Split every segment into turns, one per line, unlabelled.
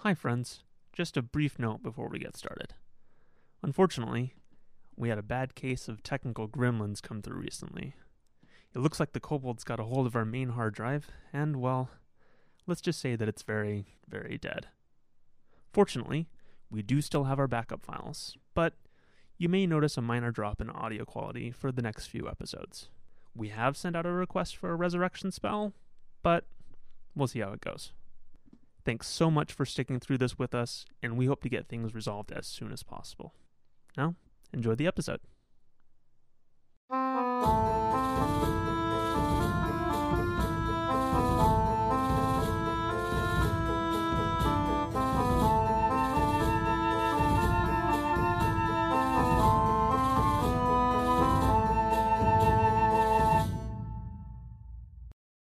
Hi, friends. Just a brief note before we get started. Unfortunately, we had a bad case of technical gremlins come through recently. It looks like the kobolds got a hold of our main hard drive, and well, let's just say that it's very, very dead. Fortunately, we do still have our backup files, but you may notice a minor drop in audio quality for the next few episodes. We have sent out a request for a resurrection spell, but we'll see how it goes. Thanks so much for sticking through this with us, and we hope to get things resolved as soon as possible. Now, enjoy the episode.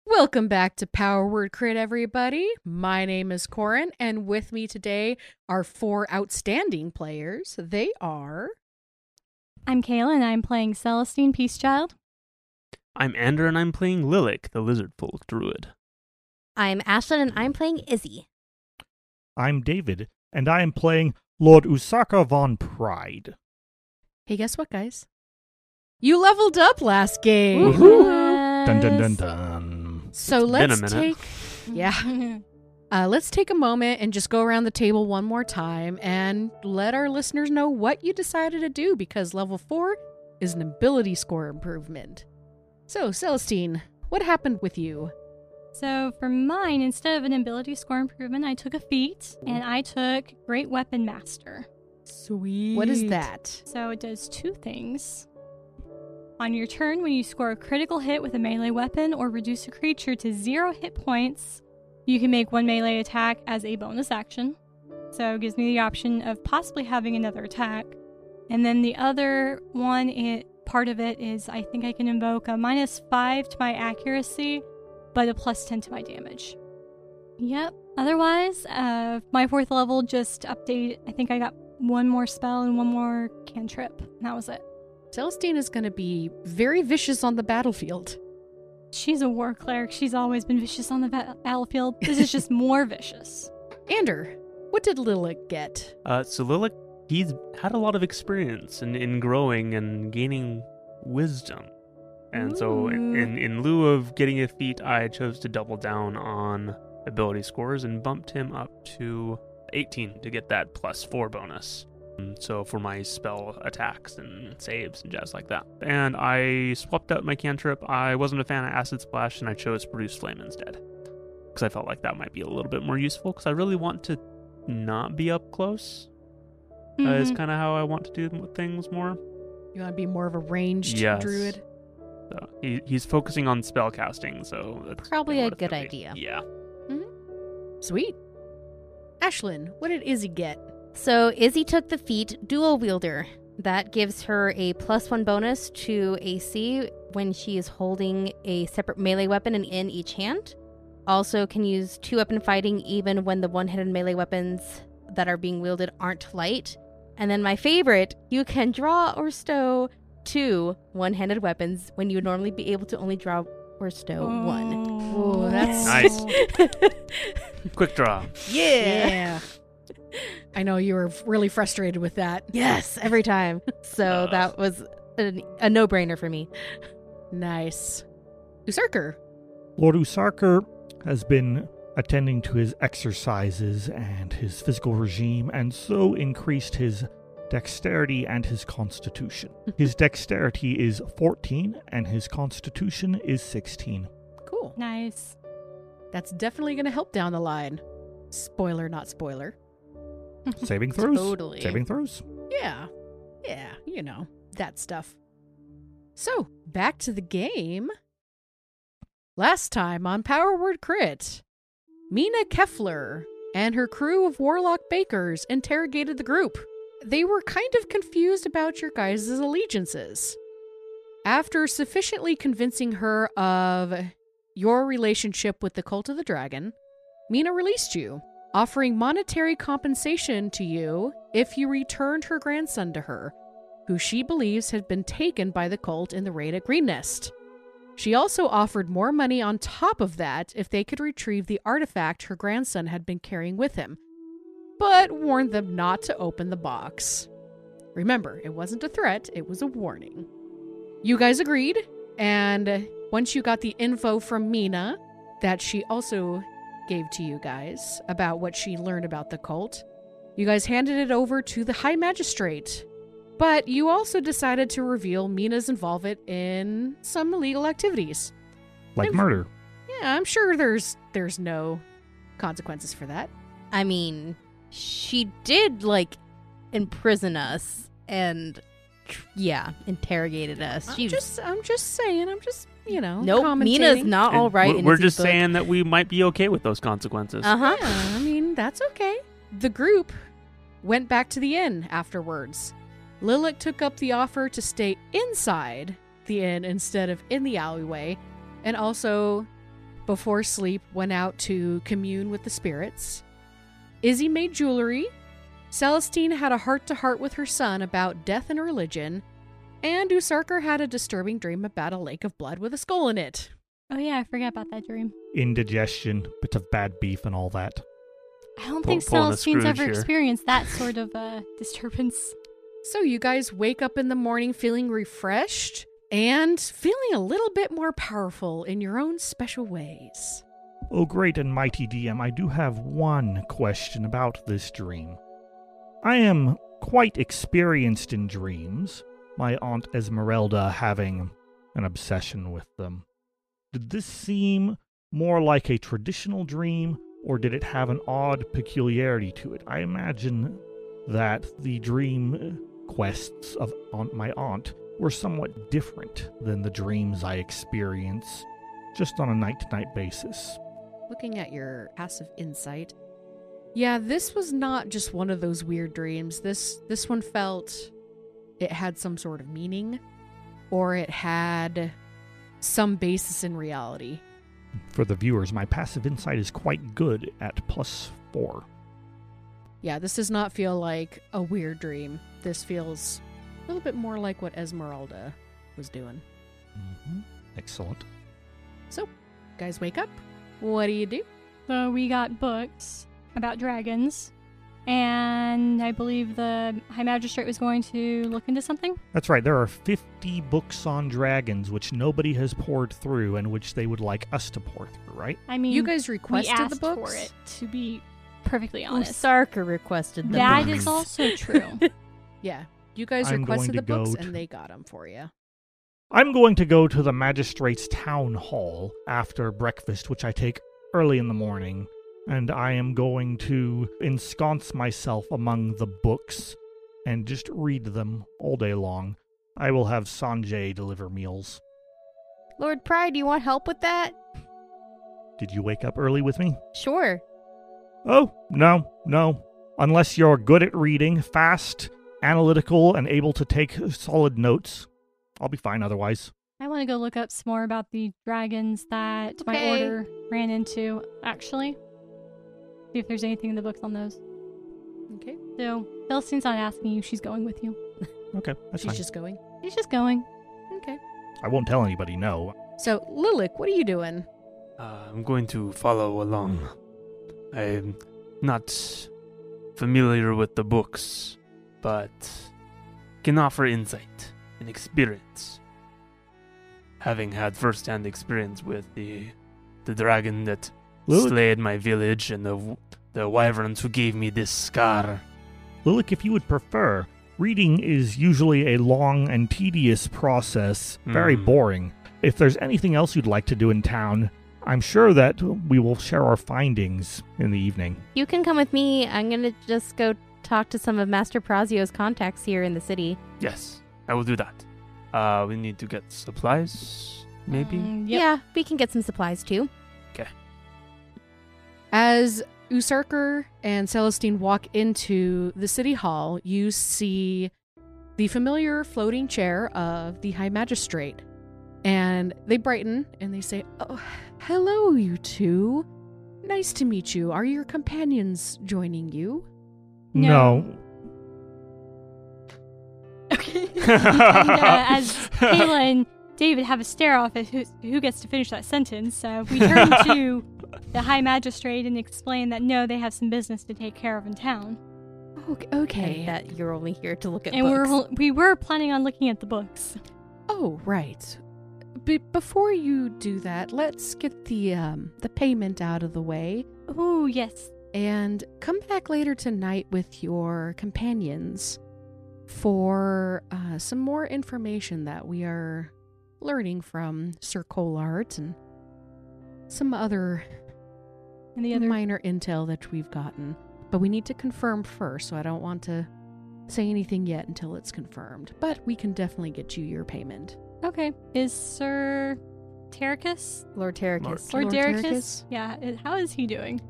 Welcome back to Power Word Crit, everybody. My name is Corin, and with me today are four outstanding players. They are
I'm Kayla, and I'm playing Celestine Peacechild.
I'm Ander, and I'm playing Lilik, the lizard folk druid.
I'm Ashlyn and I'm playing Izzy.
I'm David, and I am playing Lord Usaka von Pride.
Hey, guess what, guys? You leveled up last game.
Dun dun dun dun.
So
been a
let's
minute.
take yeah. Uh, let's take a moment and just go around the table one more time and let our listeners know what you decided to do because level four is an ability score improvement. So, Celestine, what happened with you?
So for mine, instead of an ability score improvement, I took a feat, and I took Great Weapon Master.
Sweet. What is that?
So it does two things. On your turn, when you score a critical hit with a melee weapon or reduce a creature to zero hit points, you can make one melee attack as a bonus action. So it gives me the option of possibly having another attack. And then the other one, it, part of it is I think I can invoke a minus five to my accuracy, but a plus 10 to my damage. Yep. Otherwise, uh, my fourth level just update. I think I got one more spell and one more cantrip. And that was it.
Celestine is going to be very vicious on the battlefield.
She's a war cleric. She's always been vicious on the ba- battlefield. This is just more vicious.
Ander, what did Lilik get?
Uh, so Lilik, he's had a lot of experience in, in growing and gaining wisdom. And so, in,
Ooh.
in, in lieu of getting a feat, I chose to double down on ability scores and bumped him up to 18 to get that plus 4 bonus. Mm, So, for my spell attacks and saves and jazz like that. And I swapped out my cantrip. I wasn't a fan of Acid Splash and I chose Produce Flame instead. Because I felt like that might be a little bit more useful. Because I really want to not be up close uh, is
Mm-hmm.
Mhm.
kind of how I want to do m- things more.
You want to be more of a ranged
Yes.
druid?
So Uh, he, he's focusing on spell casting, so that's
Probably
kinda
a
what it's
good
gonna be.
idea.
Yeah.
Sweet. Ashlyn, what did Izzy get?
So Izzy took the feat dual wielder. That gives her a plus one bonus to AC when she is holding a separate melee weapon and in each hand. Also can use two weapon fighting even when the one handed melee weapons that are being wielded aren't light. And then my favorite, you can draw or stow two one handed weapons when you would normally be able to only draw or stow one.
Oh,
Ooh, that's-
Nice. Quick draw.
Eh.
Yeah. I know you were really frustrated with that.
Yes, every time. So
Uh.
that was a, a no brainer for me.
Nice. Usarker.
Lord Usarker has been attending to his exercises and his physical regime, and so increased his dexterity and his constitution. His dexterity is 14, and his constitution is 16.
Cool.
nice.
That's definitely going to help down the line. Spoiler, not spoiler.
Saving throws.
Totally.
Saving throws.
Yeah. Yeah, you know, that stuff. So, back to the game. Last time on Power Word Crit, Mina Keffler and her crew of warlock bakers interrogated the group. They were kind of confused about your guys' allegiances. After sufficiently convincing her of your relationship with the Cult of the Dragon, Mina released you offering monetary compensation to you if you returned her grandson to her, who she believes had been taken by the cult in the raid at Green Nest. She also offered more money on top of that if they could retrieve the artifact her grandson had been carrying with him, but warned them not to open the box. Remember, it wasn't a threat, it was a warning. You guys agreed, and once you got the info from Mina that she also gave to you guys about what she learned about the cult, you guys handed it over to the High Magistrate. But you also decided to reveal Mina's involvement in some illegal activities.
Like
Thanks.
murder.
Yeah, I'm sure there's there's no consequences for that.
I mean, she did like imprison us and tr- yeah, interrogated us.
I'm
She
just I'm just saying, I'm just you know,
nope. Mina's
commentating.
not
And
all right.
We're,
in
we're
his
just
book.
saying that we might be okay with those consequences.
Uh huh.
Yeah, I mean, that's okay. The group went back to the inn afterwards. Lilith took up the offer to stay inside the inn instead of in the alleyway, and also, before sleep, went out to commune with the spirits. Izzy made jewelry. Celestine had a heart to heart with her son about death and religion. And Usarker had a disturbing dream about a lake of blood with a skull in it.
Oh, yeah, I forgot about that dream.
Indigestion, bit of bad beef and all that.
I don't
Pull-
think
pulling a
Celestine's
Scrooge
ever
here.
experienced that sort of uh, disturbance.
So, you guys wake up in the morning feeling refreshed and feeling a little bit more powerful in your own special ways.
Oh, great and mighty DM, I do have one question about this dream. I am quite experienced in dreams, my Aunt Esmeralda having an obsession with them. Did this seem more like a traditional dream, or did it have an odd peculiarity to it? I imagine that the dream quests of aunt, my aunt were somewhat different than the dreams I experience just on a night to night basis.
Looking at your passive insight. Yeah, this was not just one of those weird dreams. This this one felt it had some sort of meaning or it had some basis in reality.
For the viewers, my passive insight is quite good at plus four.
Yeah, this does not feel like a weird dream. This feels a little bit more like what Esmeralda was doing.
Excellent.
So, guys, wake up. What do you do?
So we got books about dragons, and I believe the High Magistrate was going to look into something.
That's right, there are 50 books on dragons which nobody has poured through and which they would like us to pour through, right?
I mean,
you guys
we
requested
asked
the books.
for it, to be perfectly
Oh,
honest.
Sarker requested the
That
books.
is also true.
Yeah, you guys
I'm
requested the
going to go
books,
to-
and they got them for you.
I'm going to go to the magistrate's town hall after breakfast, which I take early in the morning, and I am going to ensconce myself among the books and just read them all day long. I will have Sanjay deliver meals.
Lord Pride, do you want help with that?
Did you wake up early with me?
Sure.
Oh, no, no. Unless you're good at reading, fast, analytical, and able to take solid notes, I'll be fine otherwise.
I want to go look up some more about the dragons that my
Okay.
order ran into, actually. See if there's anything in the books on those.
Okay,
So, Celestine's not asking you, she's going with you.
Okay, that's
she's
fine.
just going.
She's just going.
Okay.
I won't tell anybody, no.
So, Lilik, what are you doing?
Uh, I'm going to follow along. I'm not familiar with the books, but can offer insight and experience. Having had first-hand experience with the the dragon that
Lilith,
slayed my village and the w- the wyverns who gave me this scar.
Lilik, if you would prefer, reading is usually a long and tedious process, very
Mm.
boring. If there's anything else you'd like to do in town, I'm sure that we will share our findings in the evening.
You can come with me. I'm gonna just go talk to some of Master Prazio's contacts here in the city.
Yes, I will do that. Uh, we need to get supplies, maybe.
Mm, yep.
Yeah, we can get some supplies too.
As Usarker and Celestine walk into the city hall, you see the familiar floating chair of the High Magistrate. And they brighten and they say, Oh, hello, you two. Nice to meet you. Are your companions joining you?
No. Okay. and, uh, as Kaylin David have a stare off at who, who gets to finish that sentence. Uh, we turn to the High Magistrate and explain that no, they have some business to take care of in town. Oh,
Okay. okay.
And that you're only here to look at
and
books.
we're we were planning on looking at the books.
Oh, right. Be before you do that, let's get the um the payment out of the way
Oh yes,
and come back later tonight with your companions for uh, some more information that we are learning from Sir Colart and some other
and the other
minor intel that we've gotten. But we need to confirm first, so I don't want to say anything yet until it's confirmed. But we can definitely get you your payment.
okay is Sir Tericus
Lord Terracus.
Lord-
or
Lord
Dericus?
Tericus?
Yeah, i- how is he doing?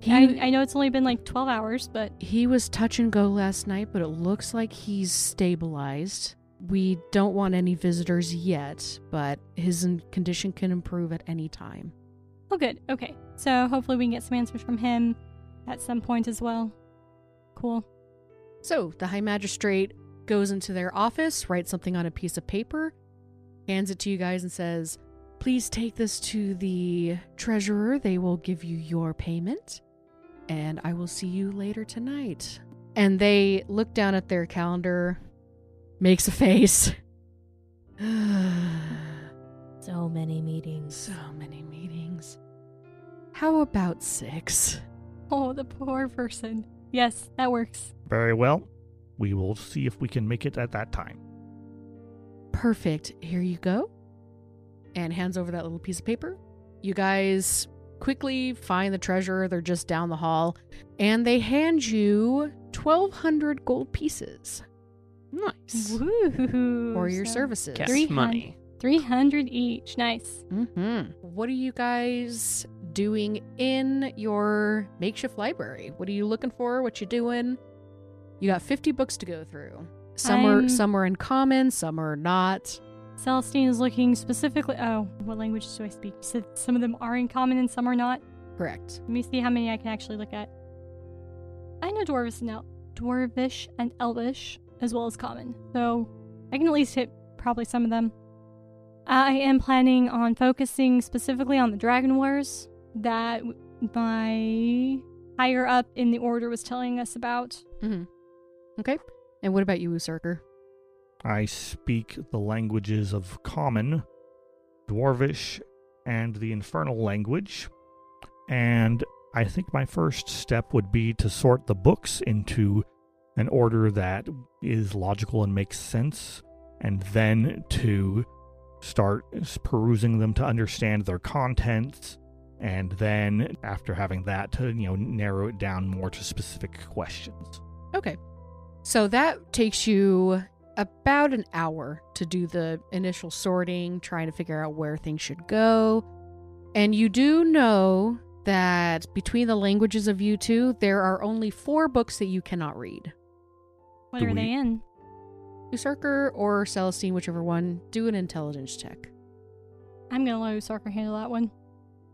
He,
I, I know it's only been like twelve hours, but
he was touch and go last night, but it looks like he's stabilized. We don't want any visitors yet, but his in- condition can improve at any time.
oh good. Okay, so hopefully we can get some answers from him at some point as well. Cool.
So the High Magistrate goes into their office, writes something on a piece of paper, hands it to you guys, and says, Please take this to the treasurer. They will give you your payment, and I will see you later tonight. And they look down at their calendar, makes a face.
So many meetings.
so many meetings. How about six?
Oh, the poor person. Yes, that works.
Very well. We will see if we can make it at that time.
Perfect. Here you go. And hands over that little piece of paper. You guys quickly find the treasurer. They're just down the hall. And they hand you 1,200 gold pieces. Nice.
Woo!
For your services.
Cash
Three hun-
money.
Three hundred each. Nice.
Mm-hmm. What are you guys doing in your makeshift library? What are you looking for? What you doing? You got 50 books to go through. Some are
I'm-
some are in common, some are not.
Celestine is looking specifically. Oh, what languages do I speak? You said some of them are in common and some are not.
Correct.
Let me see how many I can actually look at. I know Dwarvish and, El- Dwarvish and Elvish, as well as Common, so I can at least hit probably some of them. I am planning on focusing specifically on the Dragon Wars that w- my higher up in the order was telling us about.
hmm Okay. And what about you, Usurker?
I speak the languages of Common, Dwarvish, and the Infernal language. And I think my first step would be to sort the books into an order that is logical and makes sense, and then to start s- perusing them to understand their contents. And then, after having that, to you know, narrow it down more to specific questions.
Okay. So that takes you about an hour to do the initial sorting, trying to figure out where things should go. And you do know that between the languages of you two, there are only four books that you cannot read.
What
Do
are they
we-
in?
Usurker or Celestine, whichever one, do an intelligence check.
I'm gonna let Sarker handle that one.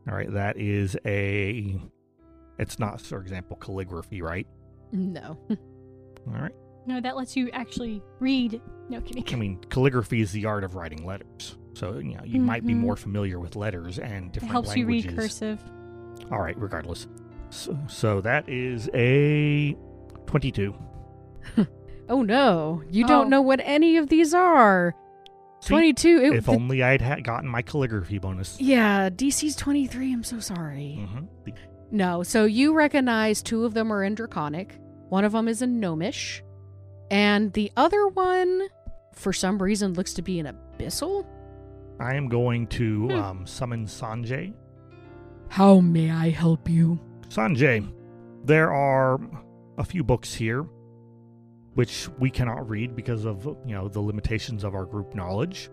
All right, that is a. It's not, for example, calligraphy, right?
No.
All right.
No, that lets you actually read. No kidding.
I mean, calligraphy is the art of writing letters. So, you know, you might be
Mhm.
more familiar with letters and
it
different
helps
languages.
you read cursive.
All right, regardless. So, so that is a 22.
Oh no, you
Oh.
don't know what any of these are.
See,
22. It,
If
the-
only I'd had gotten my calligraphy bonus.
yeah, DC's 23. I'm so sorry.
hmm
No, so you recognize two of them are in Draconic. One of them is in Gnomish. And the other one, for some reason, looks to be an Abyssal.
I am going to
Hmm.
um, summon Sanjay.
How may I help you?
Sanjay, there are a few books here which we cannot read because of, you know, the limitations of our group knowledge.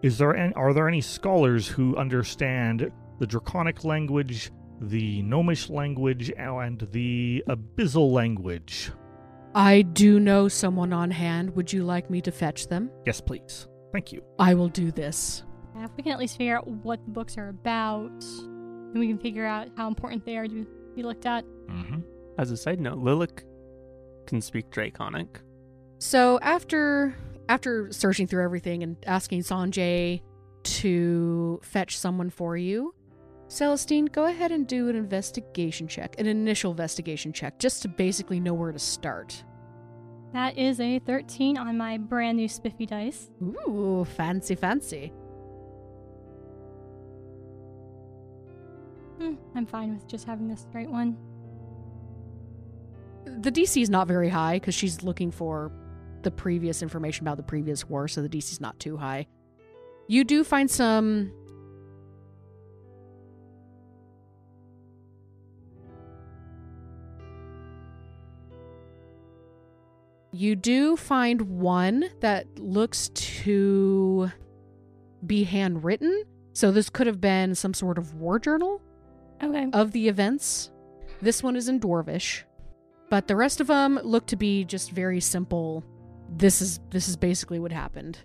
Is there an, are there any scholars who understand the draconic language, the gnomish language and the abyssal language?
I do know someone on hand. Would you like me to fetch them?
Yes, please. Thank you.
I will do this.
Yeah, If we can at least figure out what the books are about, then we can figure out how important they are to be looked at.
Mm-hmm.
As a side note, Lilic can speak Draconic.
So after after searching through everything and asking Sanjay to fetch someone for you, Celestine, go ahead and do an investigation check, an initial investigation check, just to basically know where to start.
That is a 13 on my brand new spiffy dice.
Ooh, fancy, fancy.
Hmm, I'm fine with just having this straight one.
The DC is not very high because she's looking for the previous information about the previous war, so the DC is not too high. You do find some. You do find one that looks to be handwritten. So this could have been some sort of war journal
Okay.
Oh,
of the events. This one is in Dwarvish, but the rest of them look to be just very simple. This is this is basically what happened.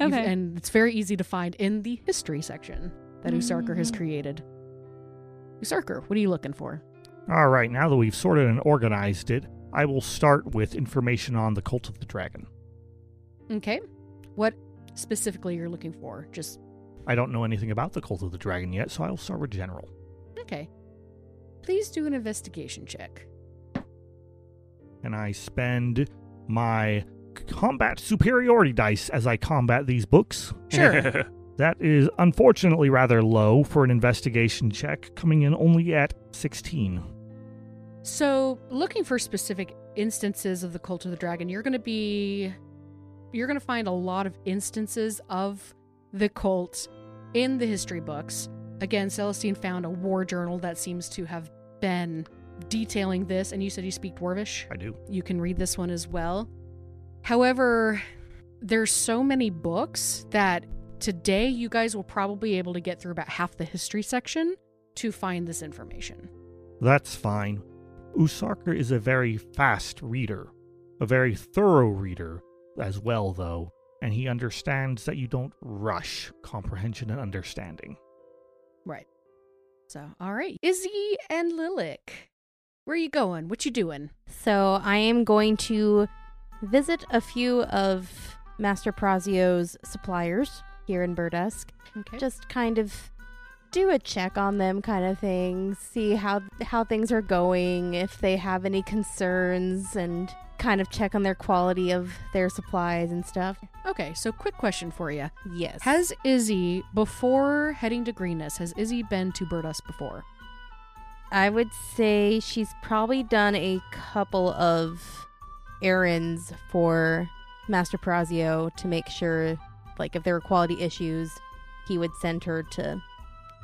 You've-
okay.
and it's very easy to find in the history section that Usarker has
Mhm.
created. Usarker, what are you looking for?
All right, now that we've sorted and organized it, I will start with information on the Cult of the Dragon.
Okay. What specifically you're looking for? Just
I don't know anything about the Cult of the Dragon yet, so I'll start with General.
okay. Please do an investigation check.
And I spend my combat superiority dice as I combat these books.
Sure.
That is unfortunately rather low for an investigation check, coming in only at 16.
So, looking for specific instances of the cult of the dragon, you're going to be you're going to find a lot of instances of the cult in the history books. Again, Celestine found a war journal that seems to have been detailing this and you said you speak Dwarvish?
I do.
You can read this one as well. However, there's so many books that today you guys will probably be able to get through about half the history section to find this information.
That's fine. Usarker is a very fast reader, a very thorough reader as well, though, and he understands that you don't rush comprehension and understanding.
Right. So, all right. Izzy and Lilik, where you going? What you doing?
So I am going to visit a few of Master Prazio's suppliers here in Burdesk.
Okay.
Just kind of do a check on them kind of thing, see how how things are going, if they have any concerns and kind of check on their quality of their supplies and stuff.
okay. So, quick question for you:
Yes.
Has Izzy, before heading to Greenness, has Izzy been to Birdus before?
I would say she's probably done a couple of errands for Master Perazio to make sure, like, if there were quality issues, he would send her to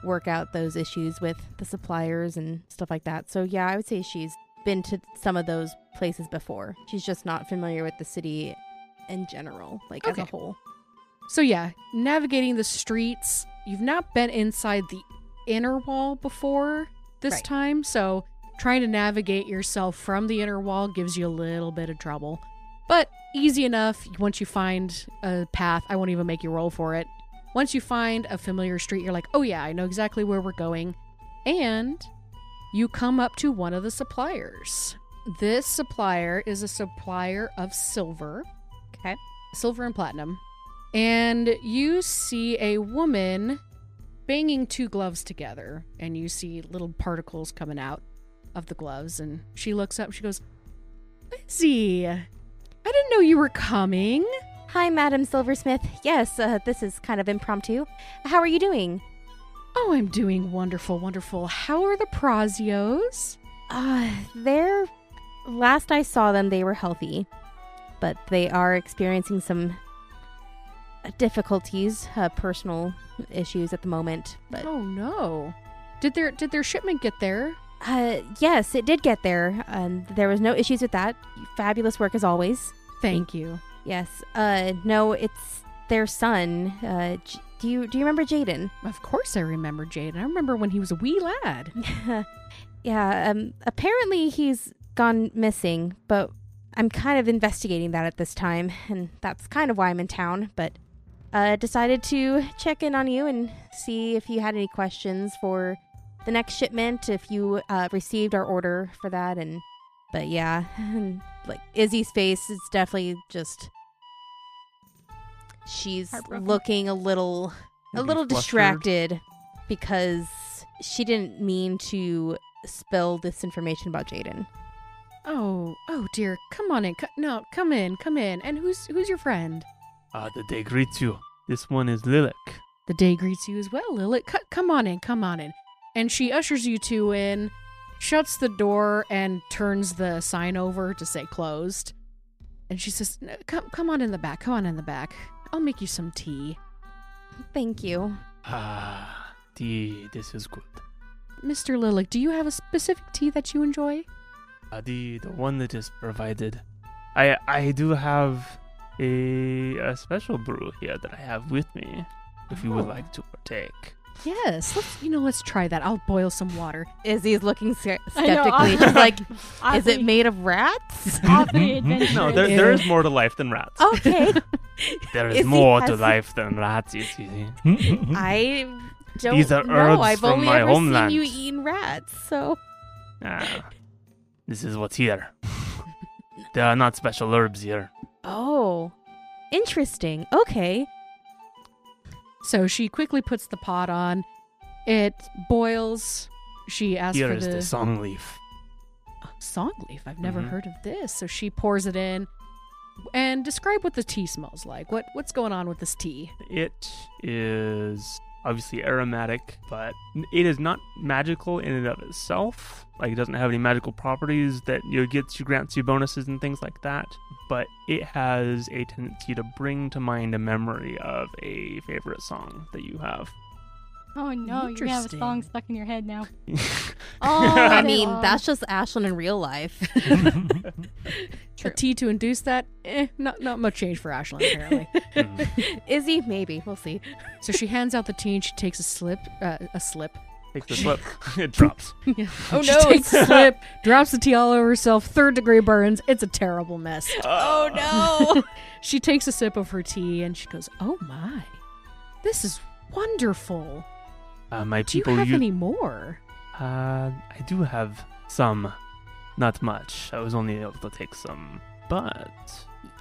work out those issues with the suppliers and stuff like that. So, yeah, I would say she's been to some of those places before. She's just not familiar with the city in general, like, as
Okay.
a whole.
So yeah, navigating the streets. You've not been inside the inner wall before this
Right.
time, so trying to navigate yourself from the inner wall gives you a little bit of trouble. But easy enough once you find a path. I won't even make you roll for it. Once you find a familiar street, you're like, "Oh yeah, I know exactly where we're going." And you come up to one of the suppliers. This supplier is a supplier of silver
Okay.
silver and platinum. And you see a woman banging two gloves together, and you see little particles coming out of the gloves. And she looks up, she goes, Lizzie, I didn't know you were coming.
Hi, Madam Silversmith. Yes, uh, this is kind of impromptu. How are you doing?
Oh, I'm doing wonderful, wonderful. How are the Prazios?
Uh, they're. Last I saw them, they were healthy, but they are experiencing some difficulties, uh, personal issues at the moment. But
oh no. Did their did their shipment get there?
uh, yes, it did get there, and there was no issues with that. Fabulous work as always.
Thank you.
Yes. Uh, no, it's their son. Uh, J- do you do you remember Jaden?
Of course I remember Jaden. I remember when he was a wee lad.
yeah, um, apparently he's gone missing, but I'm kind of investigating that at this time, and that's kind of why I'm in town. But uh, decided to check in on you and see if you had any questions for the next shipment, if you uh, received our order for that, and but yeah, and, like Izzy's face is definitely just She's
Heartbroken.
looking a little a
Maybe
little
flustered.
distracted because she didn't mean to spill this information about Jaden.
Oh, oh dear. Come on in. Co- no, come in. Come in. And who's who's your friend?
Ah, the day greets you. This one is Lilac.
The day greets you as well, Lilith. C- come on in. Come on in. And she ushers you two in, shuts the door, and turns the sign over to say closed. And she says, "N- "Come, come on in the back. Come on in the back. I'll make you some tea,
Thank you.
Ah, tea. This is good.
Mister Lilith. Do you have a specific tea that you enjoy?
Uh, the the one that is provided. I I do have a, a special brew here that I have with me. If you would
Oh.
like to partake.
Yes. Let's, you know, let's try that. I'll boil some water.
Izzy's looking sce-
I know,
skeptically.
I-
She's like, is
Oddly-
it made of rats?
Oddly adventurous.
No, there, there is more to life than rats.
okay.
there is
Izzy
more to
Oh, has-
life than rats. You see.
I don't
Hmm? These are
know.
herbs
I've
from
only
my
ever
homeland.
seen you eating rats, so
Ah, this is what's here. there are not special herbs here.
Oh. Interesting. Okay.
So she quickly puts the pot on. It boils. She asks
Here
for
is
the,
the song leaf.
song leaf. I've never
Mhm.
heard of this. So she pours it in. And describe what the tea smells like. What what's going on with this tea?
It is obviously aromatic, but it is not magical in and of itself. Like it doesn't have any magical properties that you know, gets you grants you bonuses and things like that. But it has a tendency to bring to mind a memory of a favorite song that you have.
Oh no, you have a
Interesting.
song stuck in your head now.
Oh,
All
I
day
mean,
long.
that's just Ashlyn in real life.
A tea to induce that? Eh, not not much change for Ashlyn apparently.
Izzy, maybe. We'll see.
so she hands out the tea and she takes a slip, uh, a slip.
Takes the slip, it drops.
Oh,
she
no.
takes a slip, drops the tea all over herself. Third degree burns. It's a terrible mess.
Oh, no.
She takes a sip of her tea and she goes, "Oh my, this is wonderful.
Uh, my
Do you
people
have
u-
any more?"
Uh, I do have some, not much. I was only able to take some, but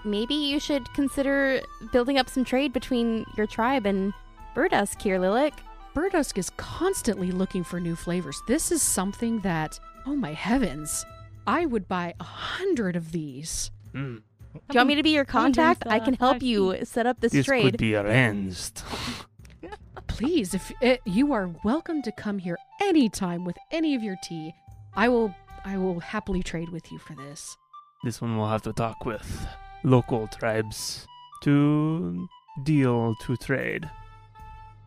maybe you should consider building up some trade between your tribe and Birdusk here, Lilac.
Burdusk is constantly looking for new flavors. This is something that, oh my heavens, I would buy a hundred of these.
mm,
Do you want me to be your
I'm doing
contact? I
stuff.
can help
I've
you set up this,
this could
trade.
be arranged.
Please, if it, you are welcome to come here anytime with any of your tea, I will. I will happily trade with you for this.
This one we'll have to talk with local tribes to deal to trade.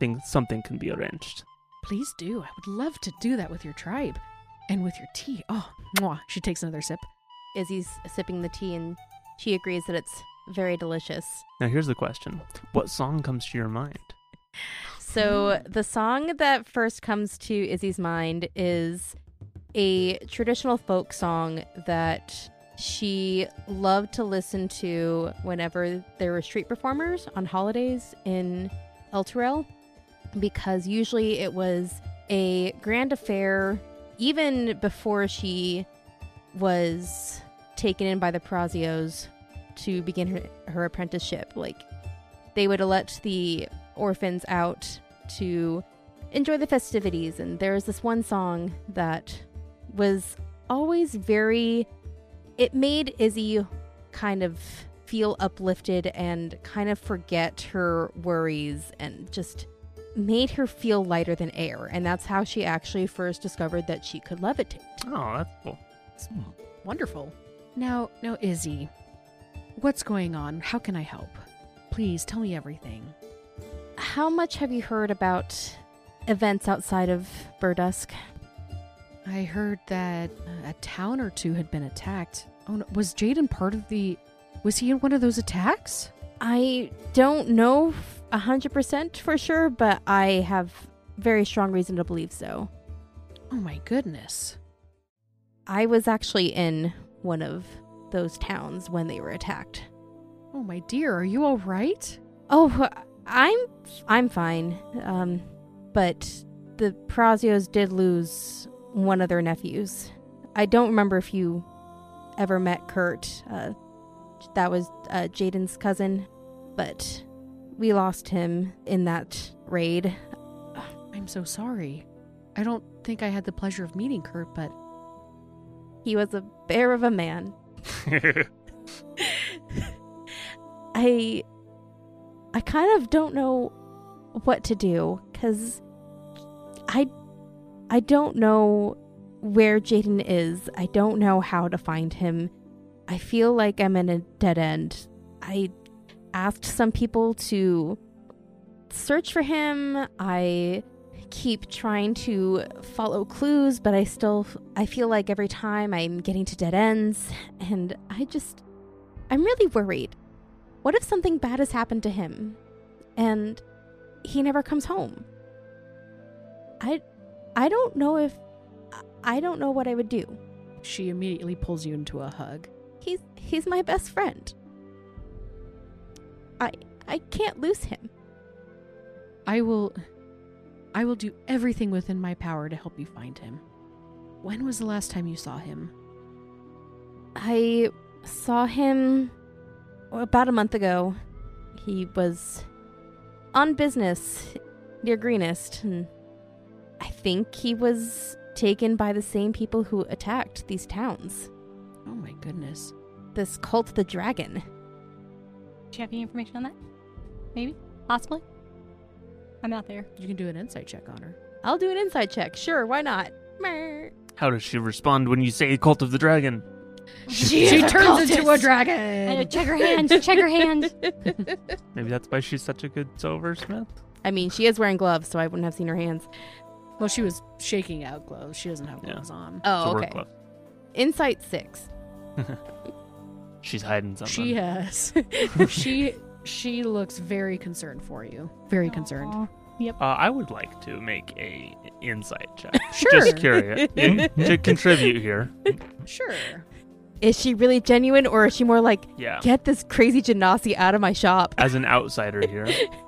Think something can be arranged.
Please do. I would love to do that with your tribe, and with your tea. Oh, mwah. she takes another sip.
Izzy's sipping the tea and she agrees that it's very delicious.
Now here's the question: What song comes to your mind?
So the song that first comes to Izzy's mind is a traditional folk song that she loved to listen to whenever there were street performers on holidays in El Terrell because usually it was a grand affair even before she was taken in by the Prazios to begin her, her apprenticeship. Like they would elect the orphans out to enjoy the festivities. And there was this one song that was always very, it made Izzy kind of feel uplifted and kind of forget her worries and just made her feel lighter than air. And that's how she actually first discovered that she could levitate.
Oh, that's cool.
Wonderful. Now, now, Izzy, what's going on? How can I help? Please tell me everything.
How much have you heard about events outside of Burdusk?
I heard that uh, a town or two had been attacked. Oh, no. was Jaden part of the? Was he in one of those attacks?
I don't know a 100% for sure, but I have very strong reason to believe so.
Oh my goodness!
I was actually in one of those towns when they were attacked.
Oh my dear, are you all right?
Oh, I'm I'm fine. Um but the Prazios did lose one of their nephews. I don't remember if you ever met Kurt. Uh, that was uh, Jaden's cousin, but we lost him in that raid.
I'm so sorry. I don't think I had the pleasure of meeting Kurt, but
He was a bear of a man. I I kind of don't know what to do cuz I I don't know where Jaden is. I don't know how to find him. I feel like I'm in a dead end. I asked some people to search for him. I keep trying to follow clues, but I still I feel like every time I'm getting to dead ends and I just I'm really worried. What if something bad has happened to him and he never comes home? I I don't know if I don't know what I would do.
she immediately pulls you into a hug.
He's he's my best friend. I I can't lose him.
I will I will do everything within my power to help you find him. When was the last time you saw him?
I saw him about a month ago. He was on business near Greenest, and I think he was taken by the same people who attacked these towns.
Oh my goodness.
This cult, the dragon.
Do you have any information on that? Maybe? Possibly? I'm out there.
You can do an insight check on her.
I'll do an inside check. Sure, why not? Mer.
How does she respond when you say cult of the dragon?
She,
dragon.
Check her hand. Check her hand.
Maybe that's why she's such a good silversmith.
I mean, she is wearing gloves, so I wouldn't have seen her hands.
Well, she was shaking out gloves. She doesn't have
Yeah.
gloves on.
It's a
Oh,
work
okay. Insight six.
glove. she's hiding something.
She has. she she looks very concerned for you. Very concerned.
Aw.
uh, I would like to make a insight check.
Sure.
Just curious in- to contribute here.
Sure.
Is she really genuine, or is she more like,
Yeah.
get this crazy Genasi out of my shop?
As an outsider here,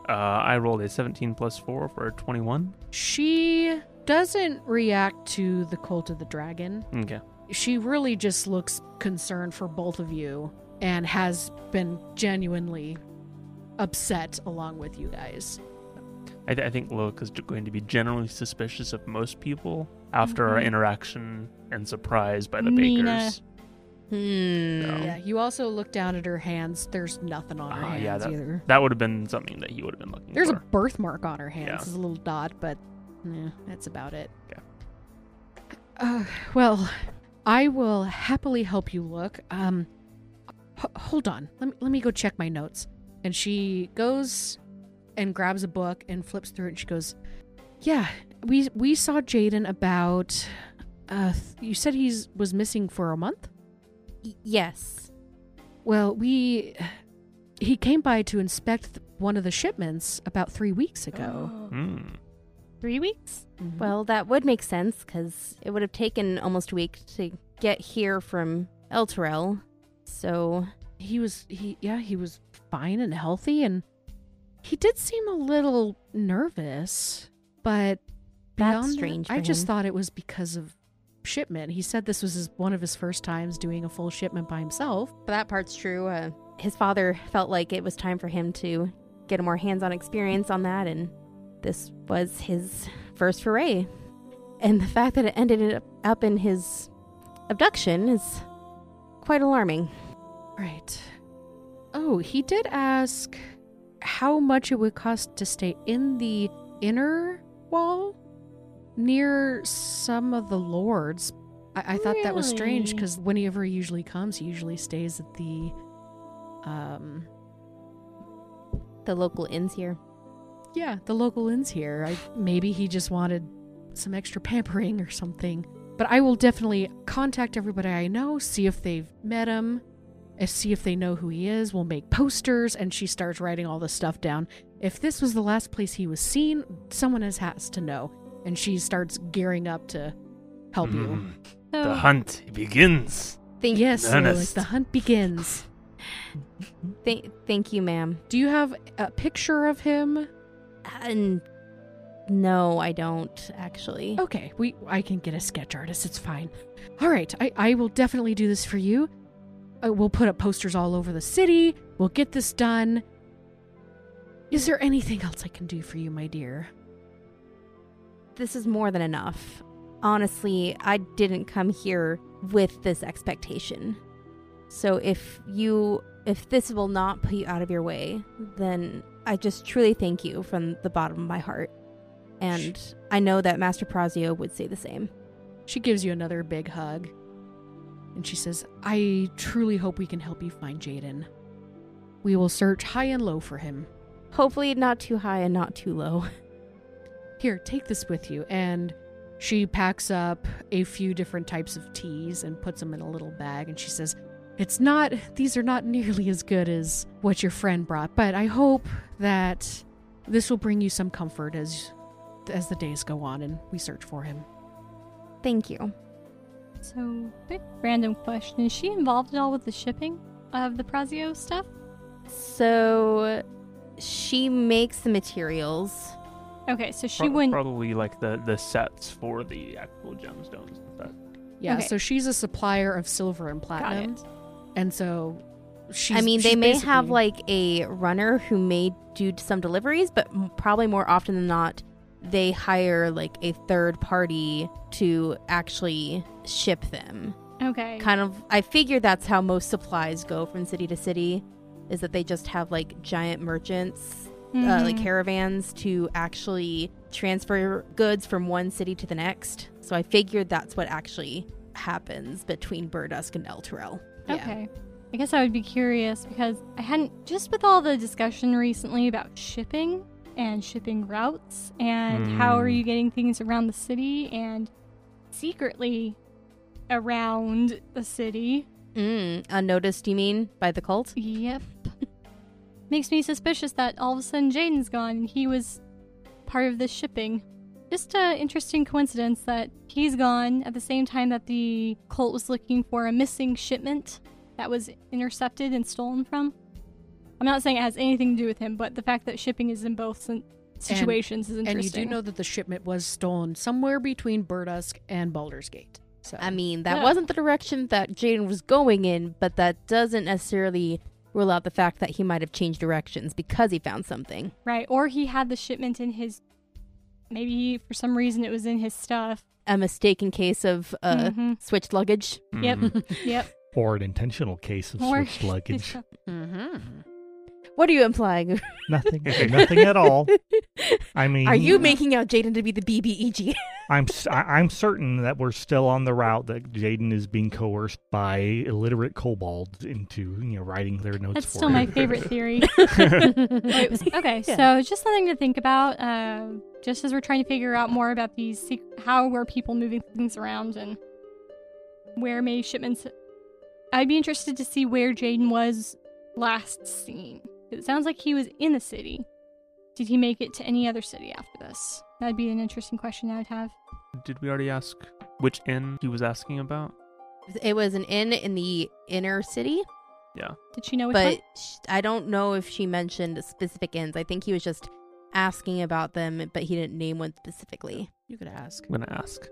uh, I rolled a 17 plus 4 for a 21.
She doesn't react to the cult of the dragon.
Okay.
she really just looks concerned for both of you and has been genuinely upset along with you guys.
I, th- I think Loic is going to be generally suspicious of most people after our
Mm-hmm.
Mhm.
interaction and surprise by the
Nina.
bakers.
Hmm.
No.
Yeah, you also look down at her hands. There's nothing on her
Oh. Ah,
hands
yeah,
either.
That would have been something that he would have been looking
There's a
for.
birthmark on her hands.
Yeah.
It's a little dot, but eh, that's about it.
Okay.
Uh, well, I will happily help you look. Um, h- hold on. Let me let me go check my notes. And she goes and grabs a book and flips through it. And she goes, "Yeah, we we saw Jaden about. Uh, th- you said he's was missing for a month."
Y- yes.
Well, we he came by to inspect th- one of the shipments about three weeks
Oh.
ago.
Mm.
Three weeks?
Mhm.
Well, that would make sense because it would have taken almost a week to get here from Elturel. So,
he was he yeah he was fine and healthy and he did seem a little nervous, but
That's
beyond that,
strange
I
for
just
him.
thought it was because of shipment. He said this was his, one of his first times doing a full shipment by himself.
that part's true. Uh, his father felt like it was time for him to get a more hands on experience on that, and this was his first foray. And the fact that it ended up- up in his abduction is quite alarming.
Right. Oh, he did ask how much it would cost to stay in the inner wall near some of the lords. I, I thought that was strange
Really?
because whenever he usually comes, he usually stays at the. Um,
The local inns here.
yeah, the local inns here. I, maybe he just wanted some extra pampering or something. But I will definitely contact everybody I know, see if they've met him, and see if they know who he is. We'll make posters, and she starts writing all this stuff down. If this was the last place he was seen, someone has has to know. And she starts gearing up to help you.
Mm.
So,
The hunt begins.
Thank,
Yes, Lois,
Ernest.
the hunt begins.
thank, thank you, ma'am.
Do you have a picture of him?
And no, I don't actually.
Okay, we I can get a sketch artist. It's fine. All right, I, I will definitely do this for you. Uh, we'll put up posters all over the city. We'll get this done. Is there anything else I can do for you, my dear?
This is more than enough. Honestly, I didn't come here with this expectation. So if you if this will not put you out of your way, then I just truly thank you from the bottom of my heart. And I know that Master Prazio would say the same.
She gives you another big hug. And she says, I truly hope we can help you find Jaden. We will search high and low for him.
Hopefully not too high and not too low.
Here, take this with you. And she packs up a few different types of teas and puts them in a little bag. And she says, It's not, these are not nearly as good as what your friend brought, but I hope that this will bring you some comfort as as the days go on and we search for him.
Thank you.
So, big random question. Is she involved at all with the shipping of the Prazio stuff?
So she makes the materials.
Okay, so she
Pro-
wouldn't.
probably like the the sets for the actual gemstones and stuff.
Yeah,
Okay.
so she's a supplier of silver and
Got
platinum.
it.
And so she's
I mean, they
she's
may have
basically-
like a runner who may do some deliveries, but m- probably more often than not, they hire like a third party to actually ship them.
Okay.
Kind of, I figure that's how most supplies go from city to city, is that they just have like giant merchants, uh, like
Mhm.
Mm-hmm.
caravans, to actually transfer goods from one city to the next. So I figured that's what actually happens between Burdusk and El Terrell.
Yeah.
Okay. I guess I would be curious because I hadn't just with all the discussion recently about shipping and shipping routes and how are
Mm.
you getting things around the city and secretly around the city.
Mm, unnoticed, you mean, by the cult?
Yep. Makes me suspicious that all of a sudden Jaden's gone and he was part of the shipping. Just a interesting coincidence that he's gone at the same time that the cult was looking for a missing shipment that was intercepted and stolen from. I'm not saying it has anything to do with him, but the fact that shipping is in both sin- situations is
And you
interesting.
do know that the shipment was stolen somewhere between Burdusk and Baldur's Gate. So
I mean, that
Yeah.
wasn't the direction that Jaden was going in, but that doesn't necessarily rule out the fact that he might have changed directions because he found something.
right? Or he had the shipment in his. Maybe he, for some reason it was in his stuff.
A mistaken case of uh,
Mhm.
switched luggage.
Yep.
Mhm.
Mm-hmm.
Yep.
Or an intentional case of
Or-
switched luggage.
Mhm.
What are you implying?
nothing. Nothing at all. I mean,
Are you making out Jaden to be the E BBEG?
I'm s- I- am certain that we're still on the route that Jaden is being coerced by illiterate kobolds into you know writing their notes.
That's
for
still
him.
my favorite theory. Wait, was- okay, so just something to think about. Uh, just as we're trying to figure out more about these, sec- how were people moving things around and where may shipments. I'd be interested to see where Jaden was last seen. It sounds like he was in the city. Did he make it to any other city after this? That'd be an interesting question I'd have.
Did we already ask which inn he was asking about?
it was an inn in the inner city,
Did she know which
but sh I don't know if she mentioned specific inns. I think he was just asking about them, but he didn't name one specifically.
you could ask.
I'm gonna ask.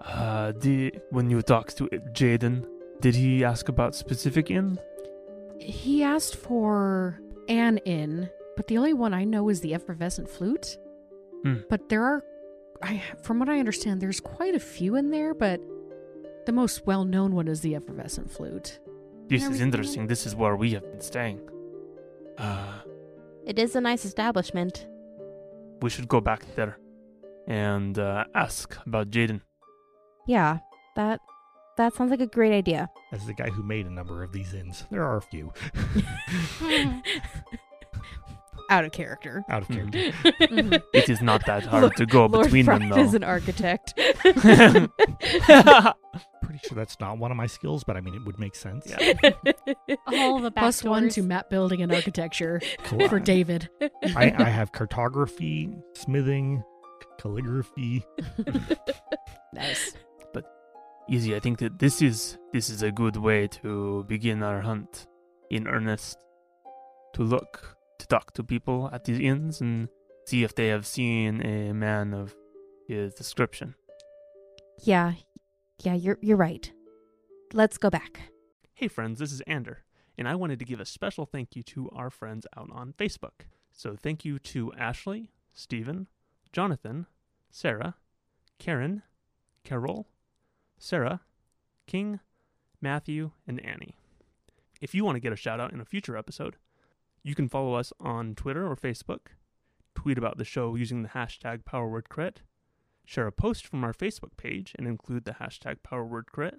Uh, did, when you talked to Jaden, did he ask about specific inn?
He asked for an inn, but the only one I know is the effervescent flute.
Hmm.
But there are, I from what I understand, there's quite a few in there, but the most well-known one is the effervescent flute.
This
Where
is
was the
interesting. This is where we have been staying. Uh,
It is a nice establishment.
we should go back there and uh, ask about Jaden.
Yeah, that that sounds like a great idea.
As the guy who made a number of these ins, there are a few
one?
Out of character.
out of character.
Mhm.
It is not that hard
Lord-
to go
Lord
between
Frost
them,
is
though.
an architect.
Pretty sure that's not one of my skills, but I mean it would make sense.
Yeah.
All the back
Plus one
doors.
to map building and architecture
Cool.
for David.
I, I have cartography, smithing, calligraphy.
Nice.
Easy. I think that this is this is a good way to begin our hunt in earnest. To look, to talk to people at these inns and see if they have seen a man of his description.
yeah, yeah, you're you're right. Let's go back.
Hey friends, this is Ander, and I wanted to give a special thank you to our friends out on Facebook. So thank you to Ashley, Stephen, Jonathan, Sarah, Karen, Carol, Sarah, King, Matthew, and Annie. If you want to get a shout out in a future episode, you can follow us on Twitter or Facebook, tweet about the show using the hashtag PowerWordCrit, share a post from our Facebook page and include the hashtag PowerWordCrit,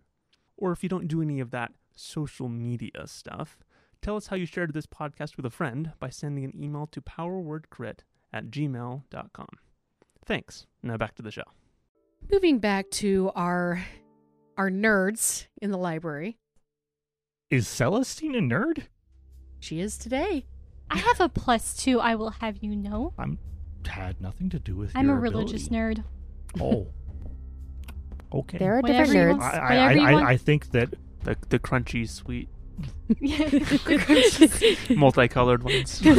or if you don't do any of that social media stuff, tell us how you shared this podcast with a friend by sending an email to powerwordcrit at gmail.com. Thanks. Now back to the show.
Moving back to our our nerds in the library.
Is Celestine a nerd?
She is today.
I have a plus two, I will have you know.
I'm had nothing to do with.
I'm a
your
religious
ability.
nerd.
Oh, okay.
There are different
Whatever you
nerds.
I,
want.
I,
Whatever you
I,
want.
I, I think that
The, the crunchy, sweet,
yeah.
multicolored ones.
Ooh,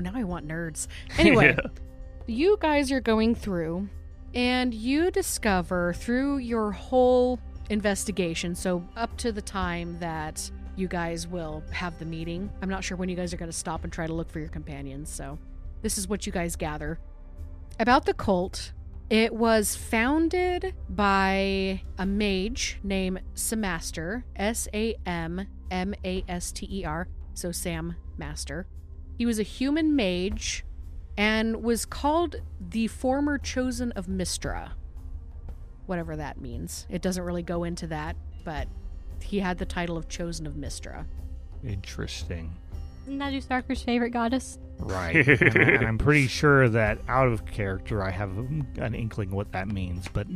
now I want nerds. Anyway,
Yeah.
you guys are going through and you discover through your whole investigation, so up to the time that you guys will have the meeting. I'm not sure when you guys are going to stop and try to look for your companions, so this is what you guys gather. About the cult, it was founded by a mage named Samaster, S A M M A S T E R, so Sam Master. He was a human mage and was called the former chosen of Mistra. Whatever that means. It doesn't really go into that, but he had the title of chosen of Mistra.
interesting.
Isn't that Usarker's favorite goddess?
Right. and, I, am pretty sure that out of character, I have um, an inkling what that means, but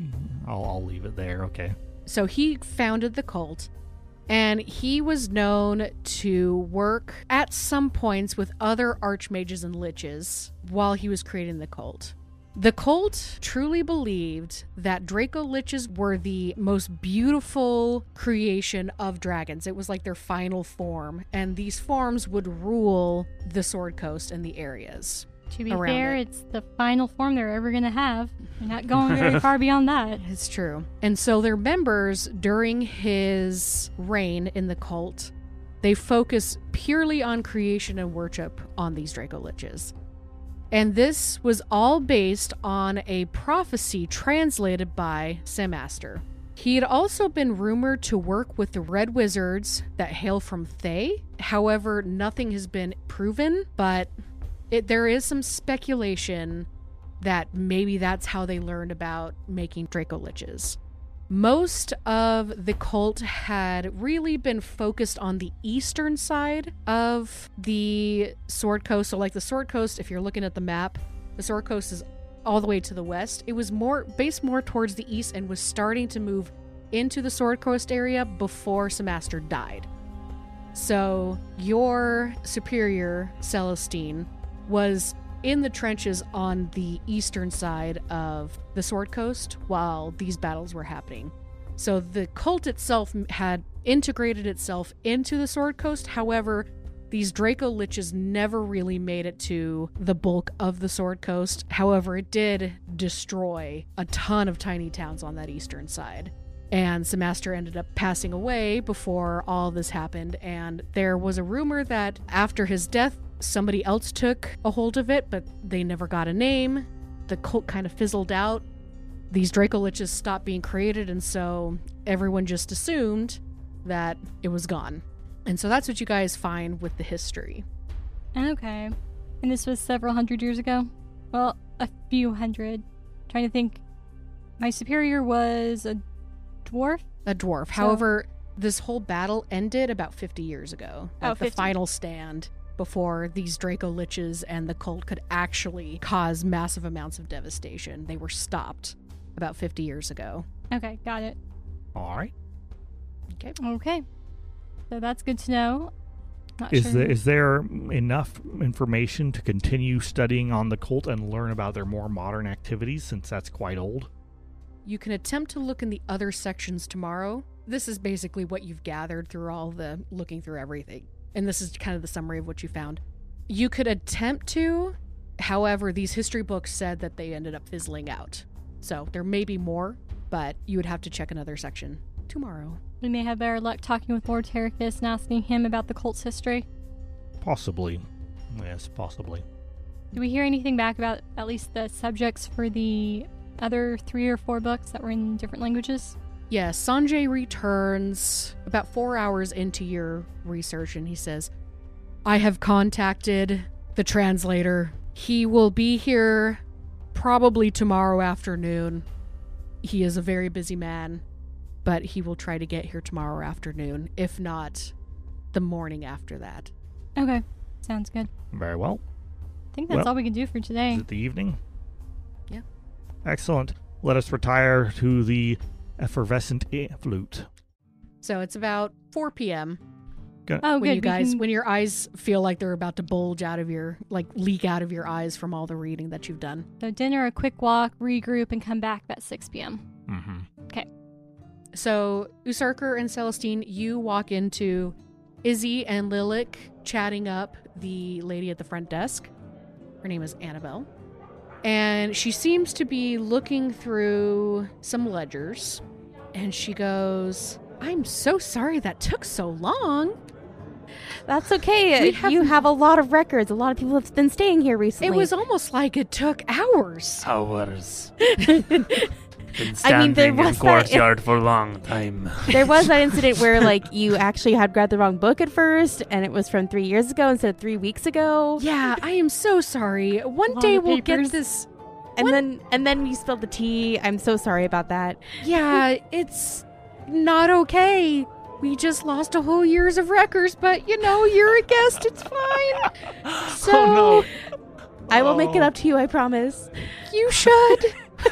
I'll, I'll leave it there. Okay.
So he founded the cult, and he was known to work at some points with other archmages and liches while he was creating the cult. The cult truly believed that Draco liches were the most beautiful creation of dragons. It was like their final form, and these forms would rule the Sword Coast and the areas.
To be
Around
fair,
it.
it's the final form they're ever going to have. They're not going very far beyond that.
It's true. And so their members during his reign in the cult, they focus purely on creation and worship on these Draco Liches. And this was all based on a prophecy translated by Samaster. He had also been rumored to work with the Red Wizards that hail from Thay. However, nothing has been proven, but it, there is some speculation that maybe that's how they learned about making Draco Liches. Most of the cult had really been focused on the eastern side of the Sword Coast. So, like the Sword Coast, if you're looking at the map, the Sword Coast is all the way to the west. It was more based more towards the east and was starting to move into the Sword Coast area before Samaster died. So, your superior, Celestine, was in the trenches on the eastern side of the Sword Coast while these battles were happening. So the cult itself m- had integrated itself into the Sword Coast. However, these Draco Liches never really made it to the bulk of the Sword Coast. However, it did destroy a ton of tiny towns on that eastern side. And Samaster ended up passing away before all this happened. And there was a rumor that after his death, somebody else took a hold of it, but they never got a name. The cult kind of fizzled out. These Draco Liches stopped being created, and so everyone just assumed that it was gone. And so that's what you guys find with the history.
Okay. And this was several hundred years ago? Well, a few hundred. trying to think. My superior was a dwarf?
A dwarf. However, this whole battle ended about 50 years ago.
Oh,
at the
50.
final stand before these Draco Liches and the cult could actually cause massive amounts of devastation. They were stopped about 50 years ago.
Okay, got it.
All right.
Okay.
Okay. So that's good to know. Not
Is
sure.
there, is there enough information to continue studying on the cult and learn about their more modern activities since that's quite old?
You can attempt to look in the other sections tomorrow. This is basically what you've gathered through all the looking through everything. And this is kind of the summary of what you found. You could attempt to, however, these history books said that they ended up fizzling out. So there may be more, but you would have to check another section tomorrow.
we may have better luck talking with Lord Terracus and asking him about the cult's history.
Possibly. Yes, possibly.
Do we hear anything back about at least the subjects for the other three or four books that were in different languages?
Yeah, Sanjay returns about four hours into your research and he says, I have contacted the translator. He will be here probably tomorrow afternoon. He is a very busy man, but he will try to get here tomorrow afternoon, if not the morning after that.
Okay, sounds good.
Very well.
I think that's
Well-
all we can do for
Is
today.
it the evening?
Yeah.
Excellent. Let us retire to the effervescent i- flute.
So it's about 4 p.m.
Oh,
when
good.
you
we
guys
can-
when your eyes feel like they're about to bulge out of your like leak out of your eyes from all the reading that you've done.
So dinner, a quick walk, regroup, and come back about 6 p.m.
Mm-hmm.
So Usarker and Celestine, you walk into Izzy and Lilik chatting up the lady at the front desk. Her name is Annabelle. And she seems to be looking through some ledgers. And she goes, I'm so sorry that took so long.
That's okay.
We have-
you have a lot of records. A lot of people have been staying here recently.
It was almost like it took hours.
Towers. Been
I mean, there
standing in
was that-
courtyard for a long time.
there was that incident where like you actually had grabbed the wrong book at first, and it was from three years ago instead of three weeks ago.
Yeah, I am so sorry. One
Lot
day
of
we'll get
papers.
this.
and
what-
then and then you spilled the tea. I'm so sorry about that.
Yeah, it's not okay. We just lost a whole year's of records, but you know, you're a guest. It's fine. So
oh
I will make it
Oh.
up to you. I promise.
you should.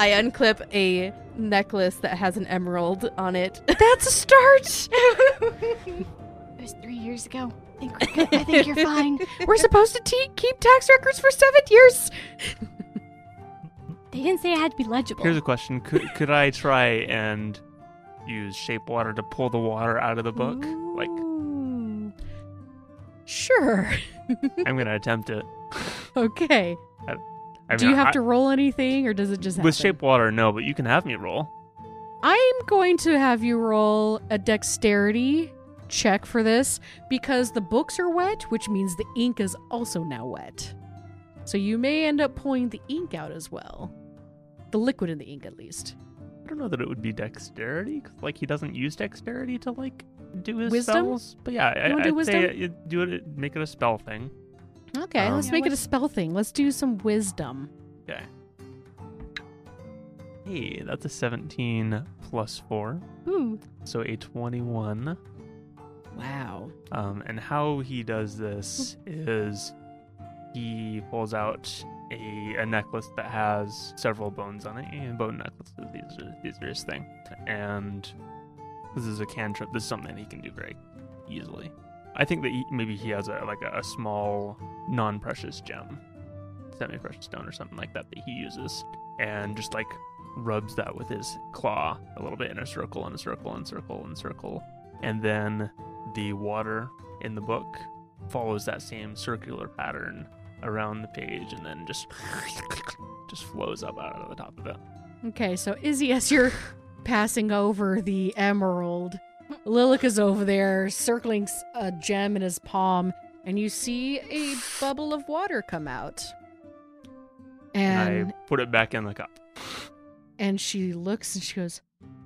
I unclip a necklace that has an emerald on it.
That's a start.
It was three years ago. I think, we're good. I think you're fine.
We're supposed to te- keep tax records for seven years.
They didn't say it had to be legible.
no! Here's a question: Could could I try and use shape water to pull the water out of the book? Like
Ooh.
Sure.
I'm gonna attempt it.
Okay.
I
Do
mean,
you have
I-
to roll anything, or does it just happen?
with shape water? No, but you can have me roll.
I'm going to have you roll a dexterity check for this because the books are wet, which means the ink is also now wet. So you may end up pulling the ink out as well. The liquid in the ink, at least.
I don't know that it would be dexterity, 'cause, like he doesn't use dexterity to like do his
Wisdom?
spells. But yeah, I,
wanna
I'd
do
say
wisdom?
you do it, make it a spell thing.
Okay,
Um,
let's
Yeah,
make it a
what's-
spell thing. Let's do some wisdom.
Okay. Hey, that's a 17 plus four,
Ooh.
so a 21.
Wow.
Um, and how he does this is he pulls out a, a necklace that has several bones on it, and bone necklaces. These are these are his thing. And this is a cantrip. This is something he can do very easily. I think that he, maybe he has a like a, a small non-precious gem, semi-precious stone or something like that that he uses, and just like rubs that with his claw a little bit in a circle and a circle and circle and circle, and then the water in the book follows that same circular pattern around the page and then just just flows up out of the top of it.
Okay, so Izzy, as you're passing over the emerald, Lilik is over there circling s- a gem in his palm, and you see a bubble of water come out.
And
And
I put it back in the cup.
and she looks and she goes,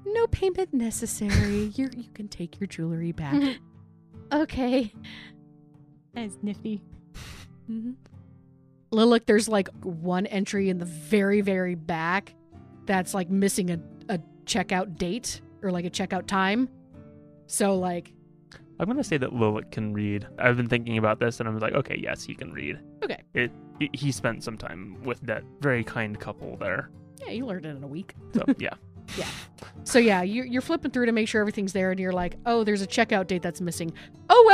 "No payment necessary. you you can take your jewelry back."
okay.
That is nifty.
Mhm. Lilik, there's like one entry in the very, very back that's like missing a, a checkout date or like a checkout time. So, like,
I'm gonna say that Lilith can read. I've been thinking about this and I'm like, okay, yes, he can read.
Okay.
It he- he spent some time with that very kind couple there.
yeah, you learned it in a week.
So yeah.
So, yeah, you're, you're flipping through to make sure everything's there and you're like, oh, there's a checkout date that's missing. Oh,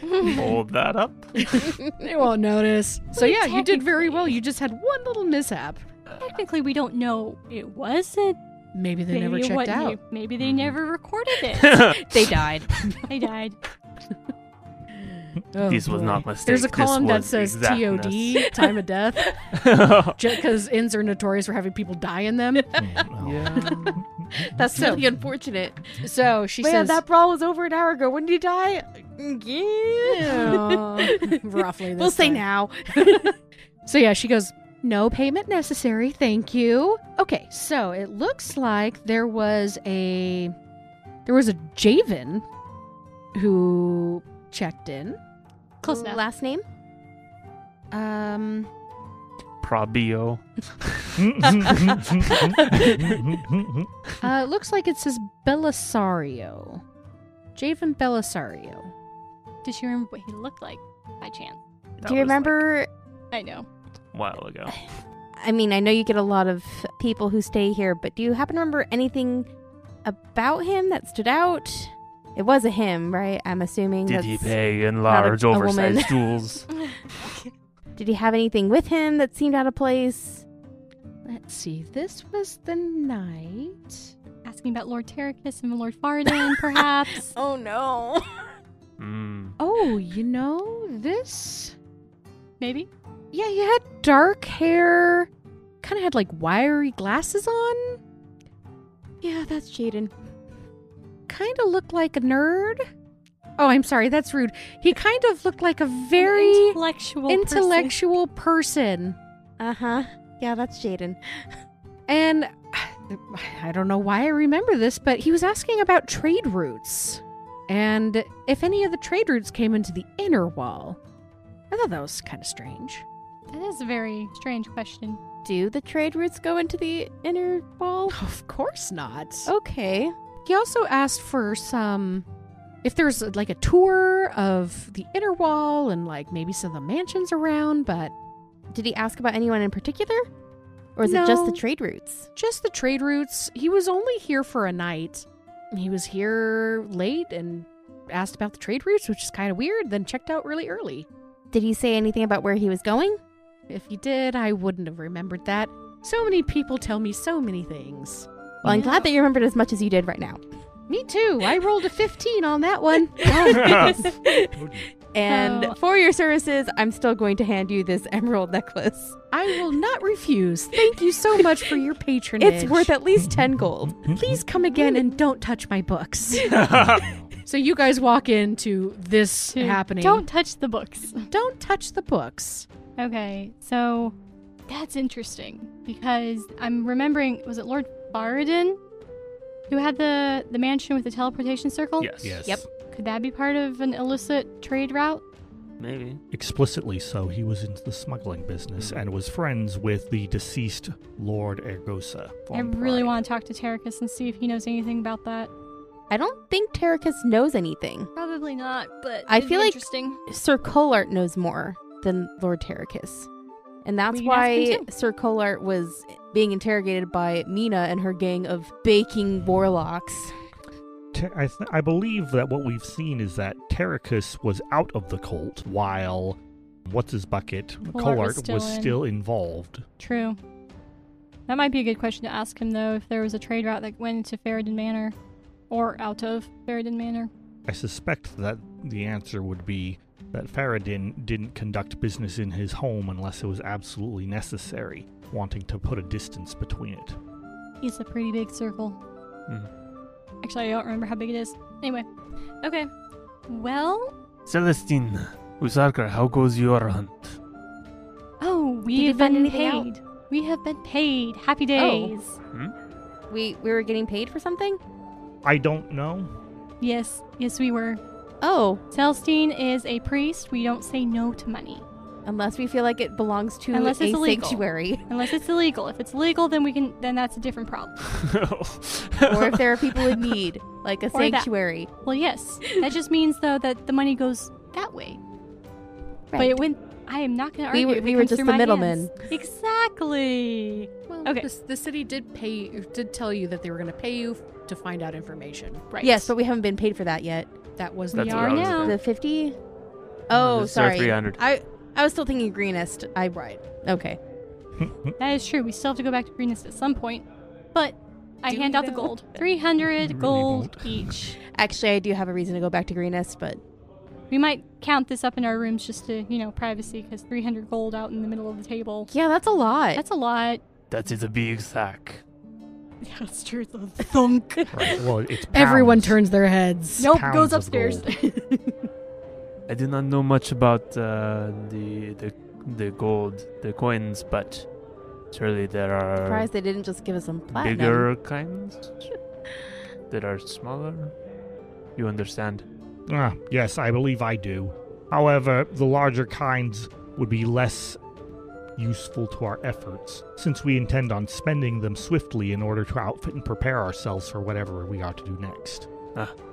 well,
Hold that up.
they won't notice. So,
Well,
yeah, you did very
technically-
well. You just had one little mishap.
Technically, we don't know it was a
Maybe they
maybe
never
it
checked
wasn't.
out.
Maybe they
Mhm.
never recorded it.
this
They died.
they died.
Oh,
was
boy.
not my mistake.
There's a
This
column that
was
says
exactness.
TOD, time of death. because inns are notorious for having people die in them.
Mm, oh.
yeah.
That's
So-
really unfortunate.
So she
Man,
says,
that brawl was over an hour ago. When did you die? Yeah.
Yeah. Roughly
We'll
this
say
time.
now.
So yeah, she goes, "No payment necessary, thank you." Okay, so it looks like there was a there was a Javen who checked in.
Close enough.
Last name?
Um
Probio.
uh, it looks like it says Belisario. Javen Belisario.
Did she remember what he looked like by chance?
That
Do you
was, like,
remember?
I know.
a while ago.
I mean, I know you get a lot of people who stay here, but do you happen to remember anything about him that stood out? It was a him, right? I'm assuming.
Did he
that's-
pay in
not a-
large,
a woman.
oversized jewels?
Did he have anything with him that seemed out of place?
Let's see. This was the night.
Asking about Lord Terracus and Lord Fardin, perhaps.
Oh no.
Mm.
Oh, you know, this
Maybe.
Yeah, he had dark hair. Kind of had like wiry glasses on.
yeah, that's Jaden.
Kind of looked like a nerd. Oh, I'm sorry, that's rude. He kind of looked like a very
intellectual. person.
intellectual person.
Uh huh. Yeah, that's Jaden.
And I don't know why I remember this, but he was asking about trade routes and if any of the trade routes came into the inner wall. I thought that was kind of strange.
That is a very strange question.
Do the trade routes go into the inner wall?
Of course not.
Okay.
He also asked for some, if there's like a tour of the inner wall and like maybe some of the mansions around, but
Did he ask about anyone in particular? Or is it just the
No.
trade routes?
just the trade routes. He was only here for a night. He was here late and asked about the trade routes, which is kind of weird, then checked out really early.
Did he say anything about where he was going?
If he did, I wouldn't have remembered that. So many people tell me so many things.
Well, I'm
Yeah.
glad that you remembered as much as you did right now.
Me too. I rolled a 15 on that one.
and
Oh.
for your services, I'm still going to hand you this emerald necklace.
I will not refuse. Thank you so much for your patronage.
It's worth at least 10 gold.
Please come again and don't touch my books. so you guys walk into this
to
happening.
Don't touch the books.
don't touch the books.
Okay, so that's interesting because I'm remembering was it Lord Baradin who had the the mansion with the teleportation circle?
yes.
Yes.
Yep.
Could that be part of an illicit trade route?
Maybe.
Explicitly so, he was into the smuggling business and was friends with the deceased Lord Ergosa.
I really want to talk to Terracus and see if he knows anything about that.
I don't think Terracus knows anything.
Probably not, but
I it'd feel be like-
interesting.
Sir Colart knows more than Lord Terracus. And that's
We can ask
why
him too.
Sir Colart was being interrogated by Mina and her gang of baking warlocks.
Ter- I, th- I believe that what we've seen is that Terracus was out of the cult while what's his bucket
Colart was
Colart
still
was
in.
still involved.
True. That might be a good question to ask him though, if there was a trade route that went into Faradin Manor or out of Faradin Manor.
I suspect that the answer would be that Faradin didn't conduct business in his home unless it was absolutely necessary, wanting to put a distance between it.
It's a pretty big circle.
Mm.
Actually, I don't remember how big it is. Anyway, okay. Well,
Celestine, Usarker, how goes your hunt?
oh,
you
we've
find
been
anything out? Oh.
paid. We have been paid. Happy days.
Hmm?
We we were getting paid for something?
I don't know.
Yes, yes, we were.
Oh,
Celestine is a priest. We don't say no to money
unless we feel like it belongs to
Unless
a
it's illegal.
sanctuary.
unless it's illegal. If it's legal, then we can. Then that's a different problem.
or if there are people in need, like a
Or that.
sanctuary.
Well, yes, that just means though that the money goes that way. But it went. I am not going to
We
argue.
were-
if
we
it
were
comes
just
through
the
my
middlemen.
hands. Exactly.
Well,
Okay.
The, the city did pay, did tell you that they were going to pay you to find out information.
Right. Um,
Yes, but we haven't been paid for that yet.
That was
That's
we
the
what
are
I was
now.
about.
The 50? Oh,
Just our
sorry.
300.
I I was still thinking greenest. I right. Okay.
That is true. We still have to go back to Greenest at some point. But I
Do
hand
we
out the
though?
gold. 300
Really
gold
won't.
each.
Actually, I do have a reason to go back to greenest, but
We might count this up in our rooms just to, you know, privacy because 300 gold out in the middle of the table.
yeah, that's a lot.
That's a lot.
that is a big sack.
Yeah, that's true. The thunk.
Right. Well, it's
Everyone
pounds.
turns their heads.
nope,
pounds
goes
of
upstairs.
I do not know much about uh, the the the gold, the coins, but surely there are
Surprised they didn't just give us some platinum.
bigger kinds that are smaller. You understand?
Ah, yes, I believe I do. However, the larger kinds would be less useful to our efforts, since we intend on spending them swiftly in order to outfit and prepare ourselves for whatever we are to do next.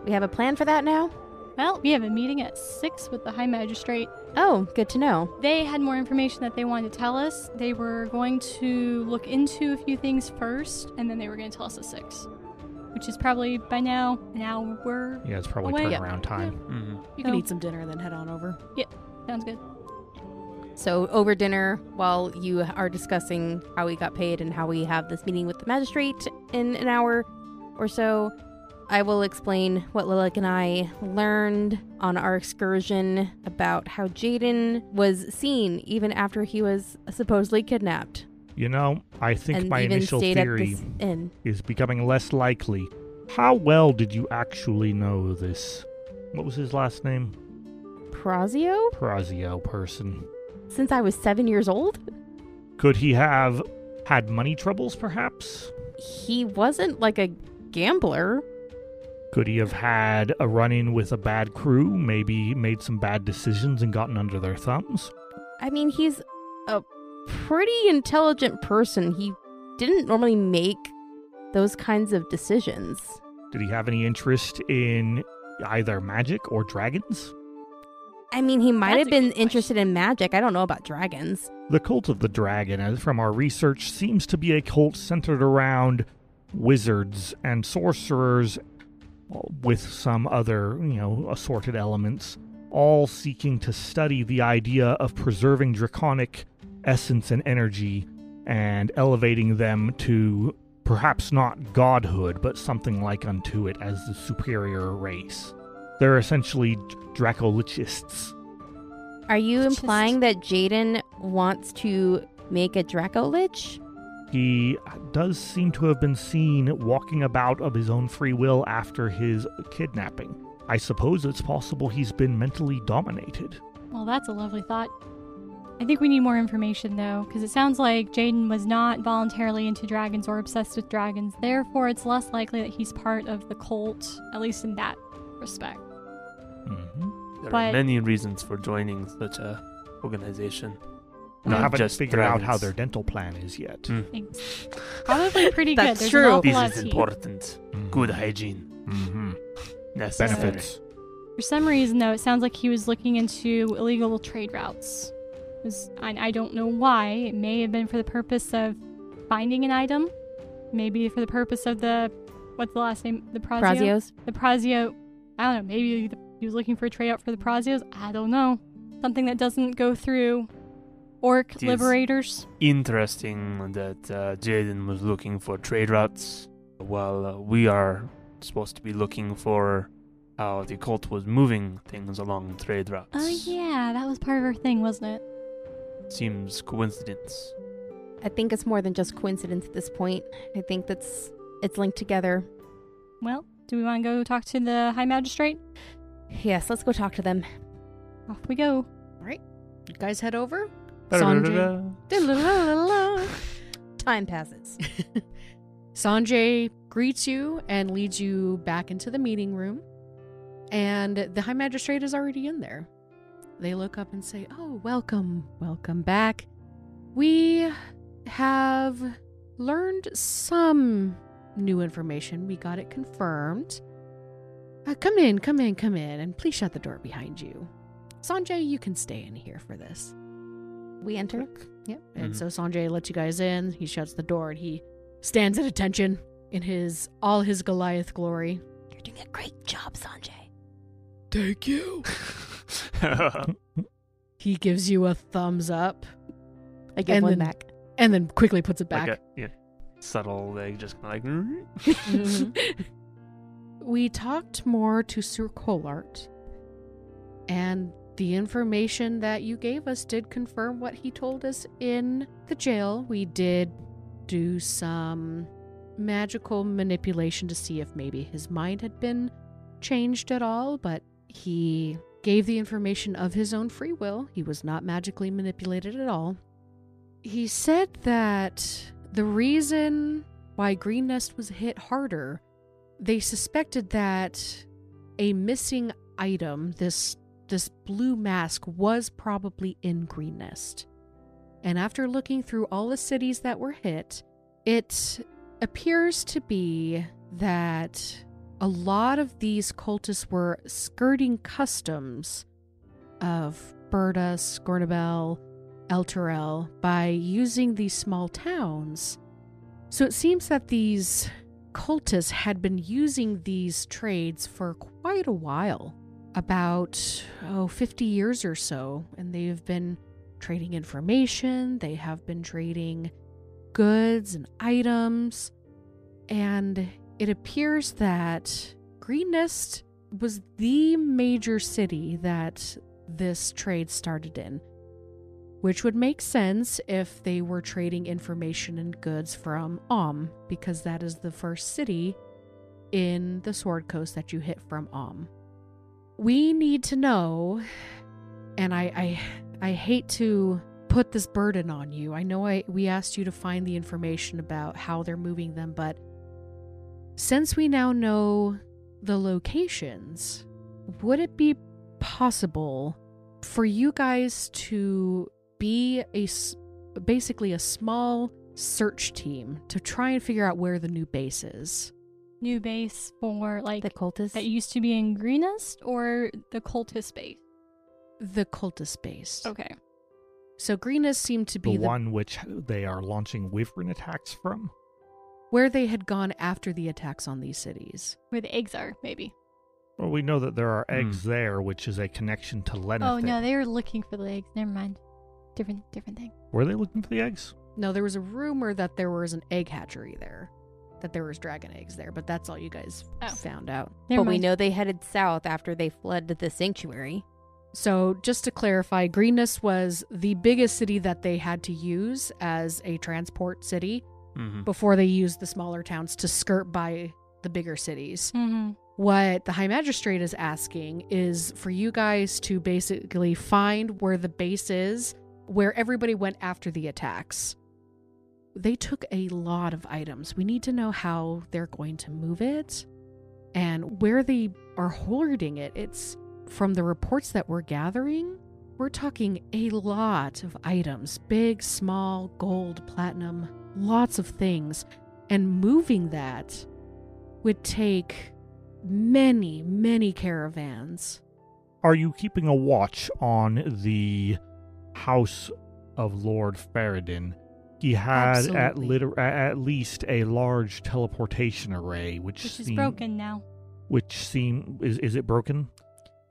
We have a plan for that now?
well, we have a meeting at 6 with the High Magistrate.
Oh, good to know.
They had more information that they wanted to tell us. They were going to look into a few things first, and then they were going to tell us at 6, which is probably by now an hour.
Yeah, it's probably
Wait, yeah.
turnaround time.
hmm
You can
No.
eat some dinner and then head on over.
Sounds good.
So, over dinner, while you are discussing how we got paid and how we have this meeting with the magistrate in an hour or so, I will explain what Lilac and I learned on our excursion about how Jaden was seen even after he was supposedly kidnapped.
You know, I think
and
my
even
initial
stayed
theory
at this inn.
is becoming less likely. How well did you actually know this? What was his last name?
Prazio?
Prazio person.
Since I was seven years old?
Could he have had money troubles, perhaps?
He wasn't like a gambler.
Could he have had a run in with a bad crew, maybe made some bad decisions and gotten under their thumbs?
I mean, he's a pretty intelligent person. He didn't normally make those kinds of decisions.
Did he have any interest in either magic or dragons?
I mean, he might
That's
have
a
been
good question.
interested in magic. I don't know about dragons.
The cult of the dragon, as from our research, seems to be a cult centered around wizards and sorcerers with some other, you know, assorted elements, all seeking to study the idea of preserving draconic essence and energy and elevating them to perhaps not godhood, but something like unto it as the superior race. They're essentially dracolichists.
Are you
It's just-
implying that Jaden wants to make a Draco Lich?
He does seem to have been seen walking about of his own free will after his kidnapping. I suppose it's possible he's been mentally dominated.
Well, that's a lovely thought. I think we need more information though, because it sounds like Jaden was not voluntarily into dragons or obsessed with dragons. Therefore, it's less likely that he's part of the cult, at least in that respect.
Mm-hmm.
There are
But-
many reasons for joining such a organization.
I
Not
haven't
just
figured out how
dragons.
their dental plan is yet.
Mm.
Thanks. Probably pretty good.
That's
There's
true.
An awful lot
This is
of tea.
important. Good hygiene.
Mm-hmm.
Necessary.
Benefits.
For some reason, though, it sounds like he was looking into illegal trade routes. It was- and I don't know why. It may have been for the purpose of finding an item, maybe for the purpose of the what's the last name? The
Brazios?
the Prazio, I don't know, maybe the, he was looking for a trade out for the Prazios. I don't know. Something that doesn't go through orc
Jeez.
liberators.
Interesting that uh, Jaden was looking for trade routes, while uh, we are supposed to be looking for how the cult was moving things along trade routes.
Oh, yeah, that was part of our thing, wasn't it?
Seems coincidence.
I think it's more than just coincidence at this point. I think that's it's linked together.
Well, do we want to go talk to the High Magistrate?
Yes, let's go talk to them.
Off we go.
You guys head over. Sanjay.
Time passes.
Sanjay greets you and leads you back into the meeting room. And the High Magistrate is already in there. They look up and say, Oh, welcome, welcome back. We have learned some new information. We got it confirmed. Uh, come in, come in, come in, and please shut the door behind you. Sanjay, you can stay in here for this.
We enter.
Yep. And
Mm-hmm.
Mhm.
so Sanjay lets you guys in. He shuts the door and he stands at attention in his all his Goliath glory.
You're doing a great job, Sanjay.
Thank you.
Uh,
mm,
He gives you a thumbs up
I give
And
one
then-
back.
and then quickly puts it back.
Like a, yeah, subtle, like just kinda like. "Mm."
Mm-hmm. we talked more to Sir Colart, and the information that you gave us did confirm what he told us in the jail. We did do some magical manipulation to see if maybe his mind had been changed at all, but he gave the information of his own free will. He was not magically manipulated at all. He said that the reason why Green Nest was hit harder, they suspected that a missing item, this this blue mask was probably in Green Nest. And after looking through all the cities that were hit, it appears to be that a lot of these cultists were skirting customs of Berta, Scornabel, Elturel by using these small towns. So it seems that these cultists had been using these trades for quite a while about oh 50 years or so and they've been trading information they have been trading goods and items and it appears that green nest was the major city that this trade started in which would make sense if they were trading information and goods from om because that is the first city in the sword coast that you hit from om we need to know and I, I i hate to put this burden on you i know i we asked you to find the information about how they're moving them but since we now know the locations would it be possible for you guys to be a s- basically a small search team to try and figure out where the new base is
New base for like
the cultists.
that used to be in Greenest or the cultist base?
the cultist base
Okay.
so greenest seemed to
The
be the
one which they are launching wyvern attacks from.
where they had gone after the attacks on these cities.
Where the eggs are, maybe.
Well, we know that there are
Hmm.
eggs there, which is a connection to Lenathan.
Oh no, they were looking for the eggs. Never mind. Different different thing.
Were they looking for the eggs?
No, there was a rumor that there was an egg hatchery there, that there was dragon eggs there, but that's all you guys
Oh.
found out.
Never
but we
mind.
know they headed south after they fled the sanctuary.
So, just to clarify, Greenness was the biggest city that they had to use as a transport city
Mm-hmm.
before they used the smaller towns to skirt by the bigger cities.
Mm-hmm.
What the High Magistrate is asking is for you guys to basically find where the base is, where everybody went after the attacks. They took a lot of items. We need to know how they're going to move it and where they are hoarding it. It's from the reports that we're gathering, we're talking a lot of items big, small, gold, platinum, lots of things. And moving that would take many, many caravans.
Are you keeping a watch on the house of Lord Faradin? He had at,
Absolutely.
liter- a- at least a large teleportation array, which,
Which is
seem-
broken now.
Which seem is is it broken?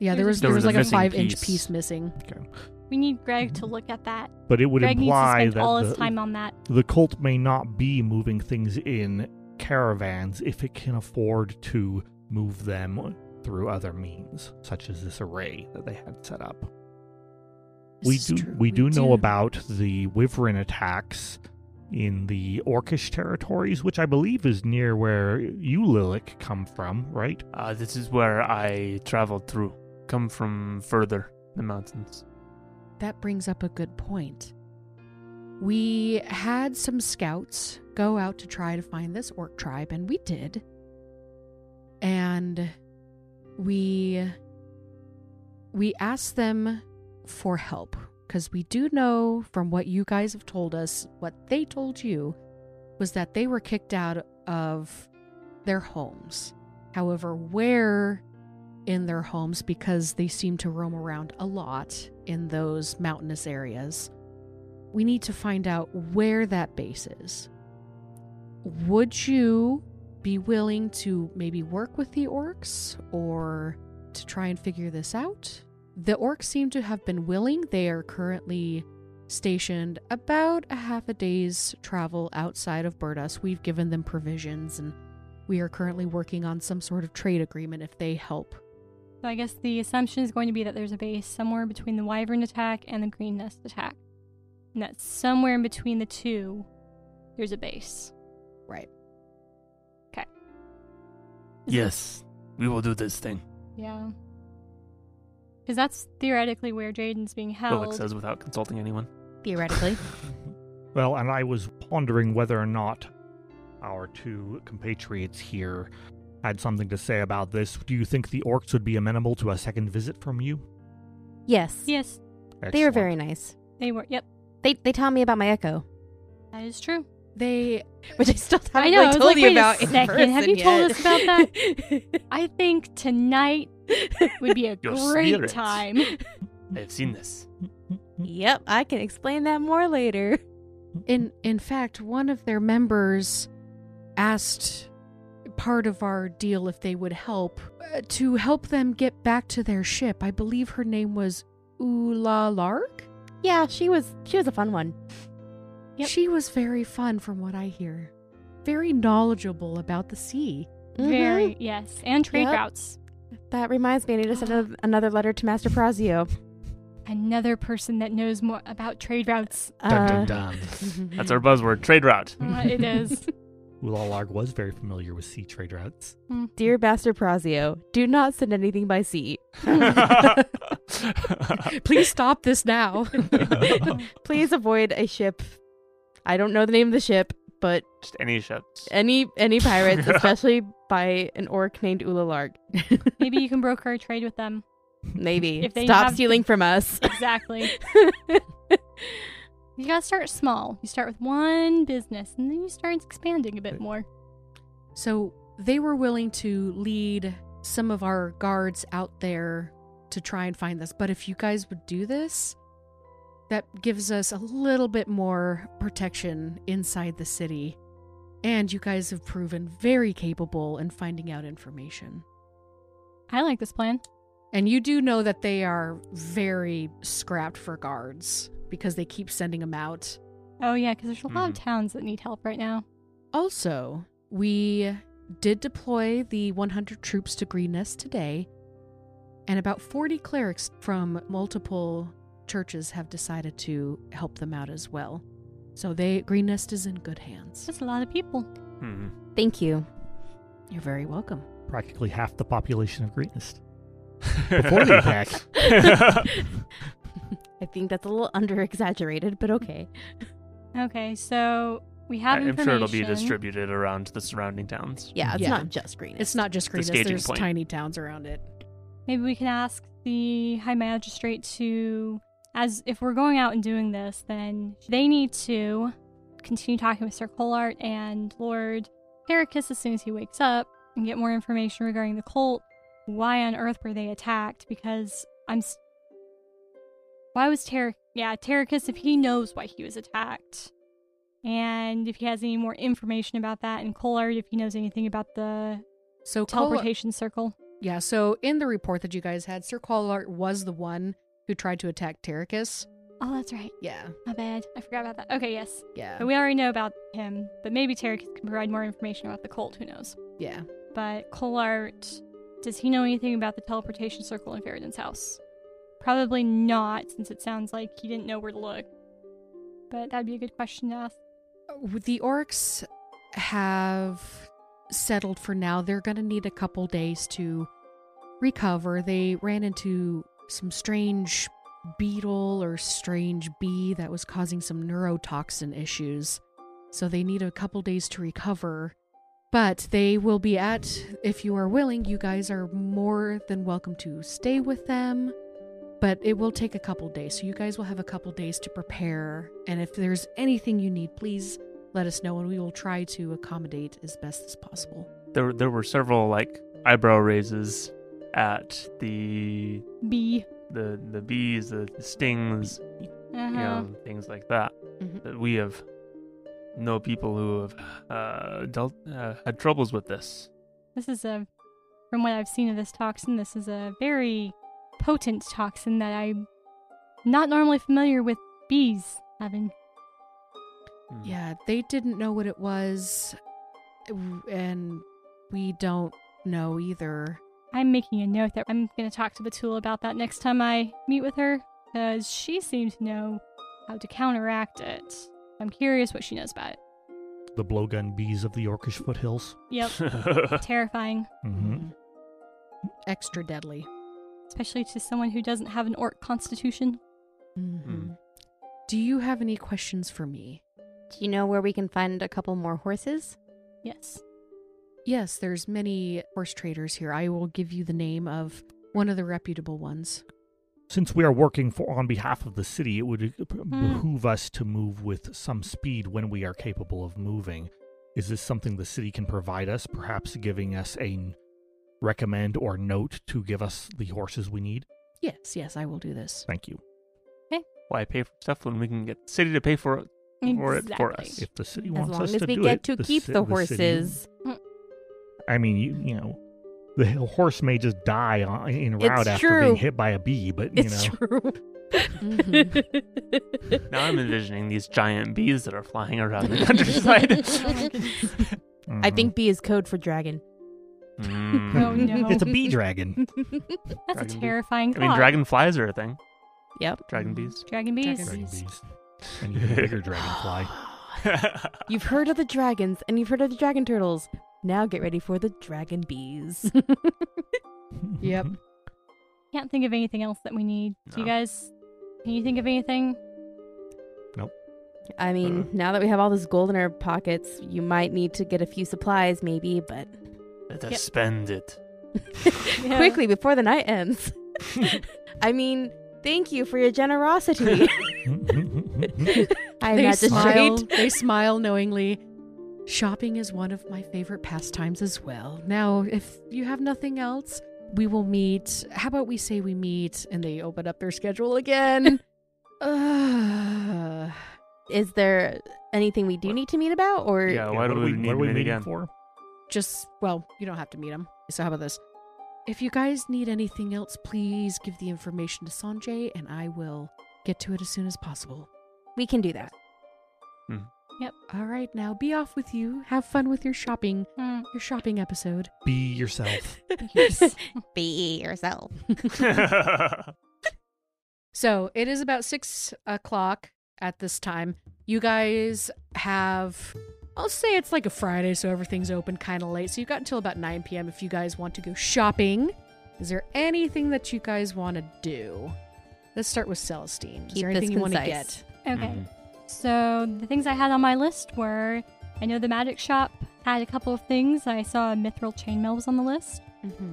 Yeah, there
There's
was
a
there was
piece
like a
missing.
five inch
piece.
piece missing.
Okay,
We need Greg to look at that.
but it would
Greg needs to
imply
spend
that
all
the,
his time on that.
the cult may not be moving things in caravans if it can afford to move them through other means, such as this array that they had set up. we
This
do
is true,
we do know about the wyvern attacks in the orcish territories, which I believe is near where you Lilic come from, right?
Uh, this is where I traveled through. Come from further the mountains.
That brings up a good point. We had some scouts go out to try to find this orc tribe, and we did. And we we asked them for help because we do know from what you guys have told us, what they told you was that they were kicked out of their homes. However, where in their homes because they seem to roam around a lot in those mountainous areas. We need to find out where that base is. Would you be willing to maybe work with the orcs or to try and figure this out? The orcs seem to have been willing. They are currently stationed about a half a day's travel outside of Burdus. We've given them provisions and we are currently working on some sort of trade agreement if they help
So I guess the assumption is going to be that there's a base somewhere between the Wyvern attack and the Green Nest attack. And that somewhere in between the two, there's a base.
Right.
Yes, we will do this thing.
Yeah. Because that's theoretically where Jaden's being held.
Willick says without consulting anyone.
theoretically.
Well, and I was pondering whether or not our two compatriots here had something to say about this. Do you think the orcs would be amenable to a second visit from you?
yes.
yes,
They were
Excellent.
very nice.
they were. Yep,
They they taught me about my echo,
that is true.
They
which I still
I
haven't
know, I
really
was
told
like,
you
wait a
about. in
second, have you
person
told
yet.
us about I think tonight would be a
Your
great
spirits.
time.
Mm-hmm.
Hmm.
I have seen this.
yep, I can explain that more later.
in in fact one of their members asked part of our deal if they would help uh, to help them get back to their ship. I believe her name was Ula Lark.
Yeah, she was she was a fun one.
Yep.
She was very fun from what I hear. Very knowledgeable about the sea.
Mhm.
Very yes, and trade
Yep.
routes.
That reminds me, I need to send a- another letter to Master Prazio.
Another person that knows more about trade routes.
Dun,
Uh,
dun, dun.
That's our buzzword trade route.
Uh, it is.
Ulalarg was very familiar with sea trade routes.
Hmm.
Dear Master Prazio, do not send anything by sea.
Please stop this now.
Please avoid a ship. I don't know the name of the ship, but
Just any ships.
Eh.
any any pirates, especially by an orc named Ulalarg,
Maybe you can broker a trade with them.
maybe
If they
stop
have-
stealing from us.
Exactly. You gotta start small. You start with one business, and then you start expanding a bit more.
So they were willing to lead some of our guards out there to try and find this. But if you guys would do this, that gives us a little bit more protection inside the city. And you guys have proven very capable in finding out information.
I like this plan.
And you do know that they are very scrapped for guards because they keep sending them out.
Oh yeah, because there's a lot of
Mhm.
towns that need help right now.
Also, we did deploy the 100 troops to Green Nest today, and about 40 clerics from multiple churches have decided to help them out as well. So they Green Nest is in good hands.
That's a lot of people.
Hmm.
Thank you.
You're very welcome.
Practically half the population of Greenest. Before the attack.
I think that's a little under exaggerated, but okay.
Okay, so we have
I'm sure it'll be
information.
distributed around the surrounding towns.
Yeah, it's
Yeah.
not just green.
It's not just Green
The
Nest,
staging
there's
point.
tiny towns around it.
Maybe we can ask the High Magistrate to, as if we're going out and doing this, then they need to continue talking with Sir Colart and Lord Heracus as soon as he wakes up and get more information regarding the cult. Why on earth were they attacked? Because I'm. s why was Ter? Yeah, Terracus, if he knows why he was attacked, and if he has any more information about that, and Colart, if he knows anything about the
So Col-
teleportation circle.
Yeah, so in the report that you guys had, Sir Collart was the one who tried to attack Terracus.
Oh, that's right.
Yeah,
My bad. I forgot about that. Okay, yes.
yeah,
But we already know about him, but maybe Tarek can provide more information about the cult, who knows?
yeah.
But Colart, does he know anything about the teleportation circle in Faraday's house? Probably not, since it sounds like he didn't know where to look. But that'd be a good question to ask.
The orcs have settled for now. They're going to need a couple days to recover. They ran into some strange beetle or strange bee that was causing some neurotoxin issues. So they need a couple days to recover. But they will be at, if you are willing, you guys are more than welcome to stay with them. But it will take a couple days. So you guys will have a couple days to prepare. And if there's anything you need, please let us know and we will try to accommodate as best as possible.
There, there were several like eyebrow raises at the
B.
the the bees, the, the stings,
Uh-huh.
you know, things like that.
Mhm.
That we have know people who have uh, dealt uh, had troubles with this.
This is a, from what I've seen of this toxin, this is a very potent toxin that I'm not normally familiar with bees
Hmm.
having.
Yeah, they didn't know what it was, w- and we don't know either.
I'm making a note that I'm going to talk to Batul about that next time I meet with her, because she seemed to know how to counteract it. I'm curious what she knows about it.
the blowgun bees of the Yorkish foothills.
Yep. Terrifying,
Mm-hmm.
Extra deadly.
especially to someone who doesn't have an orc constitution.
Mm.
Mm-hmm. Do you have any questions for me?
Do you know where we can find a couple more horses?
Yes.
Yes, there's many horse traders here. I will give you the name of one of the reputable ones.
Since we are working for on behalf of the city, it would uh, p-
Hmm.
behoove us to move with some speed when we are capable of moving. Is this something the city can provide us? Perhaps giving us a n- recommend or note to give us the horses we need.
Yes, yes, I will do this.
Thank you.
Why pay for stuff when we can get the city to pay for it? Or it for us.
If the city
As
wants
long
us
as
to
we
do
get
it,
to
the
keep
ci-
the
city-
horses.
I mean, you, you know, the h- horse may just die on, in route after
true.
being hit by a bee, but you know,
it's true.
Mm-hmm.
Mm-hmm.
Now I'm envisioning these giant bees that are flying around the countryside.
I
mhm.
think B is code for dragon.
Mm.
Oh, no.
Mm-hmm. it's a bee dragon.
That's
Dragon
a
bee.
terrifying
I mean,
thought.
dragonflies are a thing.
Yep.
Dragon bees.
Dragon bees.
Dragon
dragon
Bees.
bees, and even bigger dragonfly.
You've heard of the dragons and you've heard of the dragon turtles. Now get ready for the dragon bees.
Yep.
Can't think of anything else that we need. Do you
No.
guys? Can you think of anything?
I mean,
Uh.
now that we have all this gold in our pockets, you might need to get a few supplies, maybe, but
Let us
Yep.
spend it.
Yeah.
quickly before the night ends. I mean, thank you for your generosity. I am
they
not
smile.
straight.
they smile knowingly. Shopping is one of my favorite pastimes as well. Now, if you have nothing else, we will meet. How about we say we meet and they open up their schedule again? uh,
Is there anything we do need to meet about, or
Yeah, why
what
do
are
we,
what
need
are
to
we
meet
meeting
again?
for?
just well, you don't have to meet them. So how about this? If you guys need anything else, please give the information to Sanjay and I will get to it as soon as possible.
we can do that?
All right, now be off with you. Have fun with your shopping,
Hmm.
your shopping episode.
Be yourself.
Be yourself.
So it is about six o'clock at this time. You guys have, I'll say it's like a Friday, so everything's open kind of late. So you've got until about 9 p.m. if you guys want to go shopping. Is there anything that you guys want to do? Let's start with Celestine. is
Keep
there
this
anything you want to
concise.
get?
Okay. So the things I had on my list were I know the magic shop had a couple of things. I saw a mithril chainmail was on the list.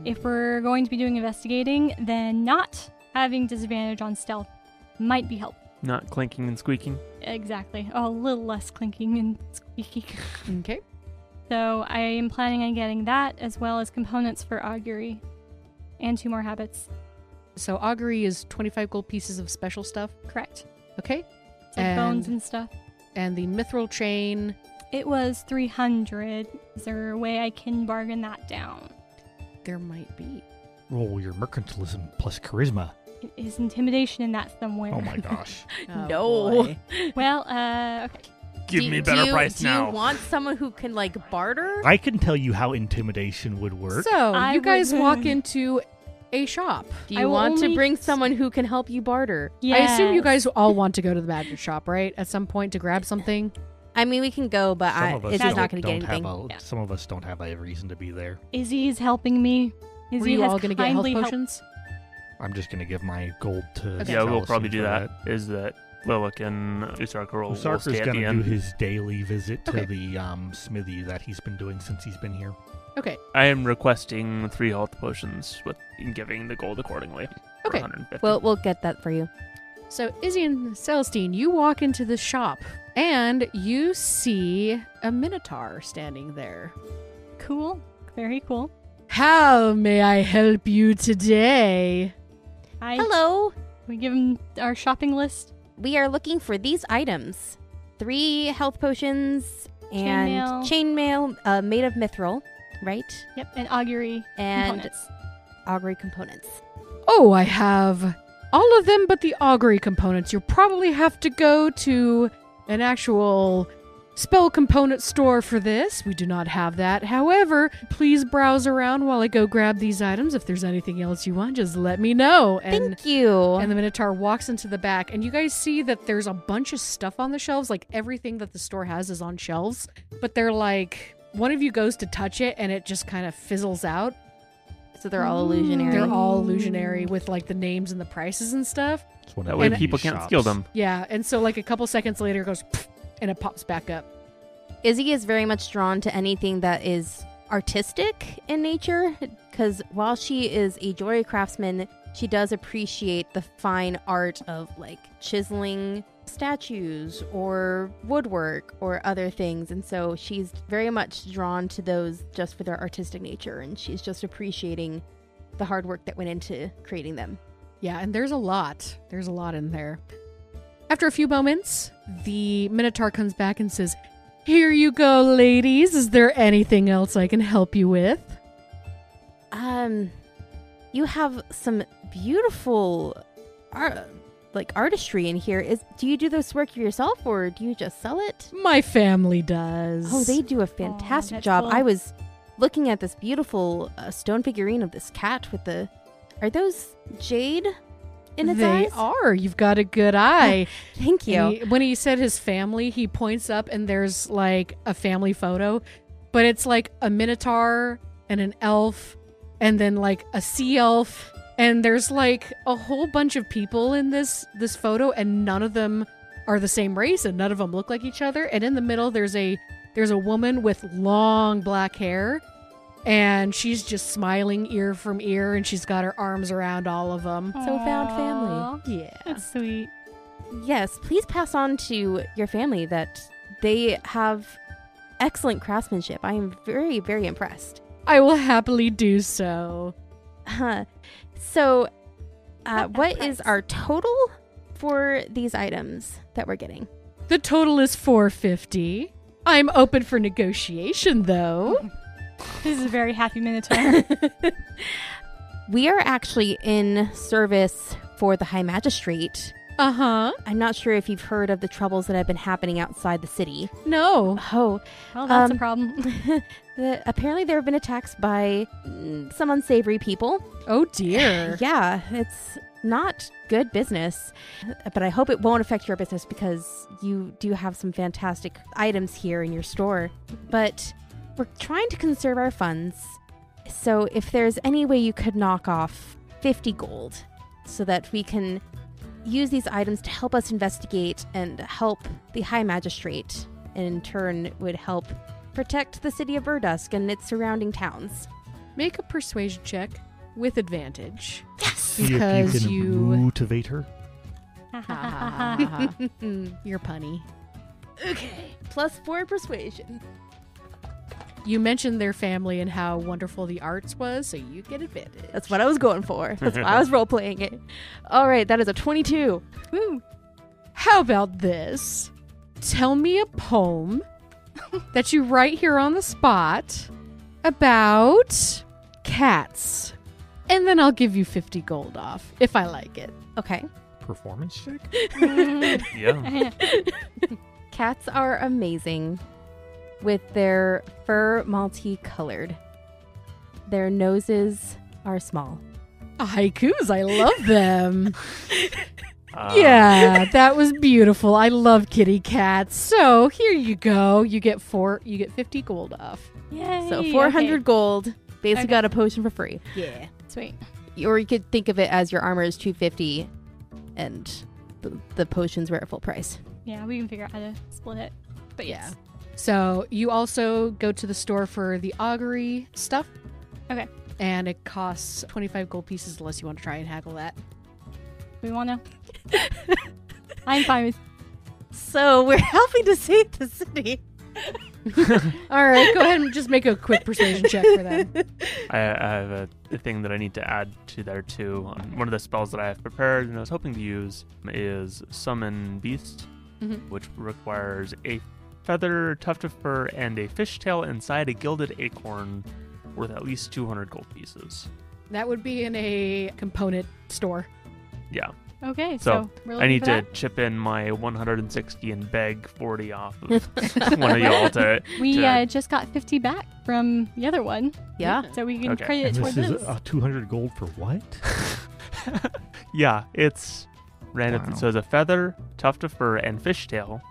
If we're going to be doing investigating, then not having disadvantage on stealth might be helpful.
Not clinking and squeaking.
Exactly. Oh, a little less clinking and squeaking.
Okay.
so I am planning on getting that as well as components for augury and two more habits.
So augury is 25 gold pieces of special stuff.
Correct.
Okay.
It's like bones
And-
and stuff.
And the mithril chain.
It was 300. Is there a way I can bargain that down?
There might be.
Roll your mercantilism plus charisma.
It is intimidation in that somewhere.
Oh my gosh.
Oh,
No.
boy.
Well, uh, okay.
Give
Do-
me a
do
better
you-
price
do
now.
you want someone who can like barter?
I can tell you how intimidation would work.
So
I
you guys
would-
walk into a shop.
Do
I
you
will
want to
only-
bring someone who can help you barter?
Yeah.
I assume you guys all want to go to the magic shop, right? At some point to grab something.
I mean, we can go,
uh,
but
Some
I,
of us
it's
don't,
just not going to get
don't have
anything.
a- Some of us don't have a reason to be there.
Izzy is helping me. Izzy
Were you
has
all going to get health
kindly helped-
potions?
I'm just going to give my gold to.
Okay.
Yeah, we'll
Celestine
probably
for
do that. Is that Lilac and Usarker will, will
Sarker's
stay at
going
the
to do
end.
his daily visit to
Okay.
the um, smithy that he's been doing since he's been here.
Okay.
I am requesting three health potions with and giving the gold accordingly. for
Okay.
150.
Well, we'll get that for you.
So Izzy and Celestine, you walk into the shop and you see a minotaur standing there.
Cool. Very cool.
How may I help you today?
I,
Hello,
We give him our shopping list.
we are looking for these items: three health potions and chainmail uh, made of mithril, right?
Yep. And augury
And
components.
augury components.
Oh, I have all of them but the augury components. You'll probably have to go to an actual spell component store for this. We do not have that. However, please browse around while I go grab these items. If there's anything else you want, just let me know. And
Thank you.
and the Minotaur walks into the back, and you guys see that there's a bunch of stuff on the shelves. Like everything that the store has is on shelves, but they're like one of you goes to touch it, and it just kind of fizzles out.
so they're all illusionary.
They're all illusionary with like the names and the prices and stuff.
It's one of
That way
these
people can't
shops.
steal them.
Yeah, and so like a couple seconds later, it goes "Pfft," and it pops back up.
Izzy is very much drawn to anything that is artistic in nature because while she is a jewelry craftsman, she does appreciate the fine art of like chiseling statues or woodwork or other things. And so she's very much drawn to those just for their artistic nature. And she's just appreciating the hard work that went into creating them.
Yeah, and there's a lot. There's a lot in there. After a few moments, the Minotaur comes back and says, Here you go, ladies. Is there anything else I can help you with?
Um, you have some beautiful art, like artistry in here. Is do you do this work yourself or do you just sell it?
My family does.
Oh, they do a fantastic
that's
job.
cool.
I was looking at this beautiful uh, stone figurine of this cat with the. Are those jade in its
They
eyes?
are. You've got a good eye.
Thank you.
And he- when he said his family, he points up and there's like a family photo, but it's like a minotaur and an elf and then like a sea elf and there's like a whole bunch of people in this this photo and none of them are the same race and none of them look like each other and in the middle there's a there's a woman with long black hair and she's just smiling ear from ear and she's got her arms around all of them.
So found family.
Yeah.
That's sweet.
Yes, please pass on to your family that they have excellent craftsmanship. I am very, very impressed.
I will happily do so.
Huh. So, uh,
Not that
what is
price.
our total for these items that we're getting?
The total is 450. I'm open for negotiation though.
This is a very happy Minotaur.
we are actually in service for the High Magistrate.
Uh-huh.
I'm not sure if you've heard of the troubles that have been happening outside the city.
No.
Oh,
well, that's
Um,
a problem.
the, apparently there have been attacks by mm, some unsavory people.
Oh dear.
Yeah, it's not good business, but I hope it won't affect your business because you do have some fantastic items here in your store. But we're trying to conserve our funds. So if there's any way you could knock off 50 gold so that we can use these items to help us investigate and help the High Magistrate, and in turn would help protect the city of Verdusk and its surrounding towns.
Make a persuasion check with advantage.
See
Because
if you can
you-
motivate her.
Ah, You're punny.
Okay. Plus four persuasion.
You mentioned their family and how wonderful the arts was, so you get advantage.
That's what I was going for. That's why I was role playing it. All right, that is a 22.
Woo.
How about this? Tell me a poem that you write here on the spot about cats. And then I'll give you 50 gold off if I like it.
Okay.
Performance check?
Yeah.
Cats are amazing with their fur multicolored. Their noses are small.
Haikus, I love them.
Uh, Ah.
yeah, that was beautiful. I love kitty cats. So here you go. You get four. You get fifty gold off.
Yay.
So 400
okay.
gold. Basically
Okay.
got a potion for free.
Yeah.
Sweet.
Or you could think of it as your armor is 250 and the, the potions were at full price.
Yeah, we can figure out how to split it. But
Yeah.
yes.
So you also go to the store for the augury stuff.
Okay.
And it costs twenty-five gold pieces unless you want to try and haggle that.
We want to. I'm fine with.
So we're helping to save the city.
All right, go ahead and just make a quick persuasion check for them.
I, I have a, a thing that I need to add to there too. Um, One of the spells that I have prepared and I was hoping to use is Summon Beast,
Mhm.
which requires a feather, tuft of fur, and a fishtail inside a gilded acorn worth at least 200 gold pieces.
That would be in a component store.
Yeah.
Okay, so,
So,
we're
I
looking
need
for
to
that.
chip in my 160 and beg 40 off of one of y'all to.
We
to-
uh, just got 50 back from the other one,
Yeah.
so we can
Okay.
credit it
And
towards
this is
this.
uh, 200 gold for what?
yeah, it's random.
Wow.
So it's a feather, tuft of fur, and fishtail,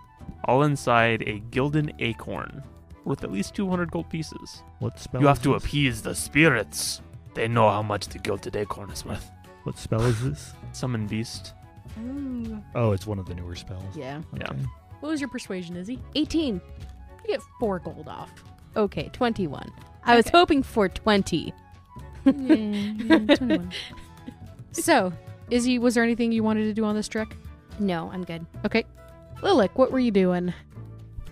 all inside a gilden acorn worth at least 200 gold pieces.
What spell?
you have
is
to
this?
appease the spirits. They know how much the gilded acorn is worth.
What spell is this?
Summon beast.
Ooh.
Oh, it's one of the newer spells.
Yeah.
Yeah.
Okay.
What was your persuasion, Izzy?
18.
You get four gold off.
Okay, 21. I was
Okay.
hoping for 20.
So, Izzy, was there anything you wanted to do on this trek?
No, I'm good.
Okay. Lilac, what were you doing?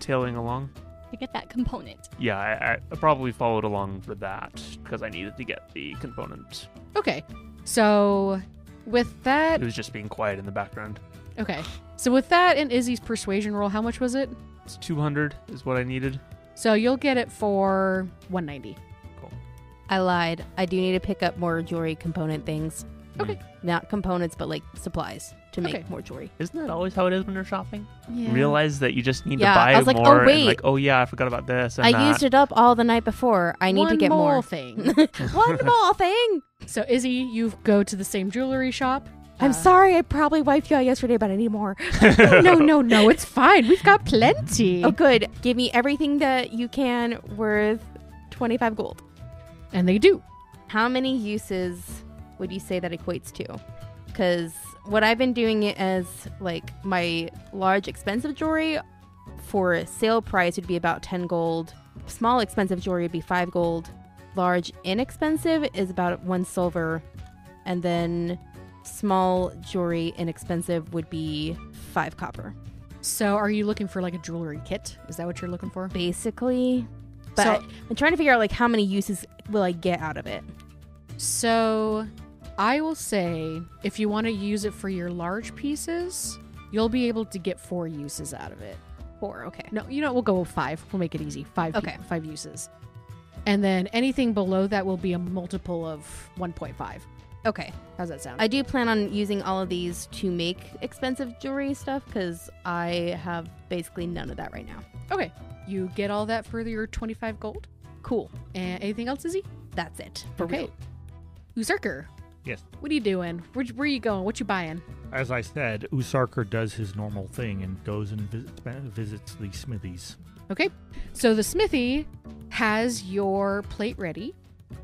Tailing along.
to get that component.
Yeah, I, I- I probably followed along for that because I needed to get the component.
Okay. So, with that,
It was just being quiet in the background.
okay. So with that and Izzy's persuasion roll, how much was it?
It's 200 is what I needed.
So you'll get it for 190.
I lied. I do need to pick up more jewelry component things.
Okay.
Not components, but like supplies to make
Okay.
more jewelry.
Isn't that always how it is when you're shopping?
Yeah.
Realize that you just need
Yeah,
to buy
I was like, oh,
more.
wait.
And like, oh yeah, I forgot about this. And
I
that.
used it up all the night before. I need to
One
get
more
more.
thing.
One more thing.
so Izzy, you go to the same jewelry shop.
I'm
Uh,
sorry. I probably wiped you out yesterday, but I need more.
No, no, no. It's fine. We've got plenty.
Oh, good. Give me everything that you can worth 25 gold.
And they do.
How many uses would you say that equates to? Because what I've been doing it as like my large expensive jewelry for sale price would be about 10 gold. Small expensive jewelry would be 5 gold. Large inexpensive is about 1 silver. And then small jewelry inexpensive would be 5 copper.
So are you looking for like a jewelry kit? Is that what you're looking for?
Basically. But
So-
I'm trying to figure out like how many uses will I get out of it.
So I will say if you want to use it for your large pieces, you'll be able to get four uses out of it.
4, okay.
No, you know, we'll go with five. We'll make it easy. Five
Okay.
peop- five uses. And then anything below that will be a multiple of 1.5.
Okay.
How's that sound?
I do plan on using all of these to make expensive jewelry stuff because I have basically none of that right now.
okay. You get all that for your 25 gold.
Cool.
And anything else, Izzy?
That's it.
Okay. Usurker,
Yes.
what are you doing? Where, where are you going? What you buying?
As I said, Usarker does his normal thing and goes and visits, visits the smithies.
Okay. So the smithy has your plate ready.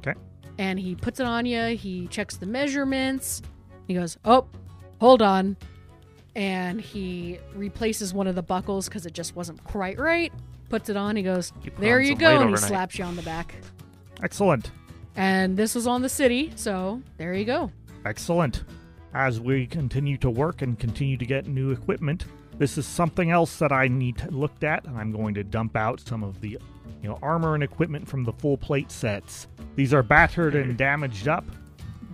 Okay.
And he puts it on you. He checks the measurements. He goes, Oh, hold on. And he replaces one of the buckles because it just wasn't quite right. Puts it on. He goes,
You put
There
on
you
some
go.
weight
And he
overnight.
slaps you on the back.
Excellent.
And this was on the city. So there you go.
Excellent. As we continue to work and continue to get new equipment, this is something else that I need to looked at, and I'm going to dump out some of the you know armor and equipment from the full plate sets. These are battered and damaged up.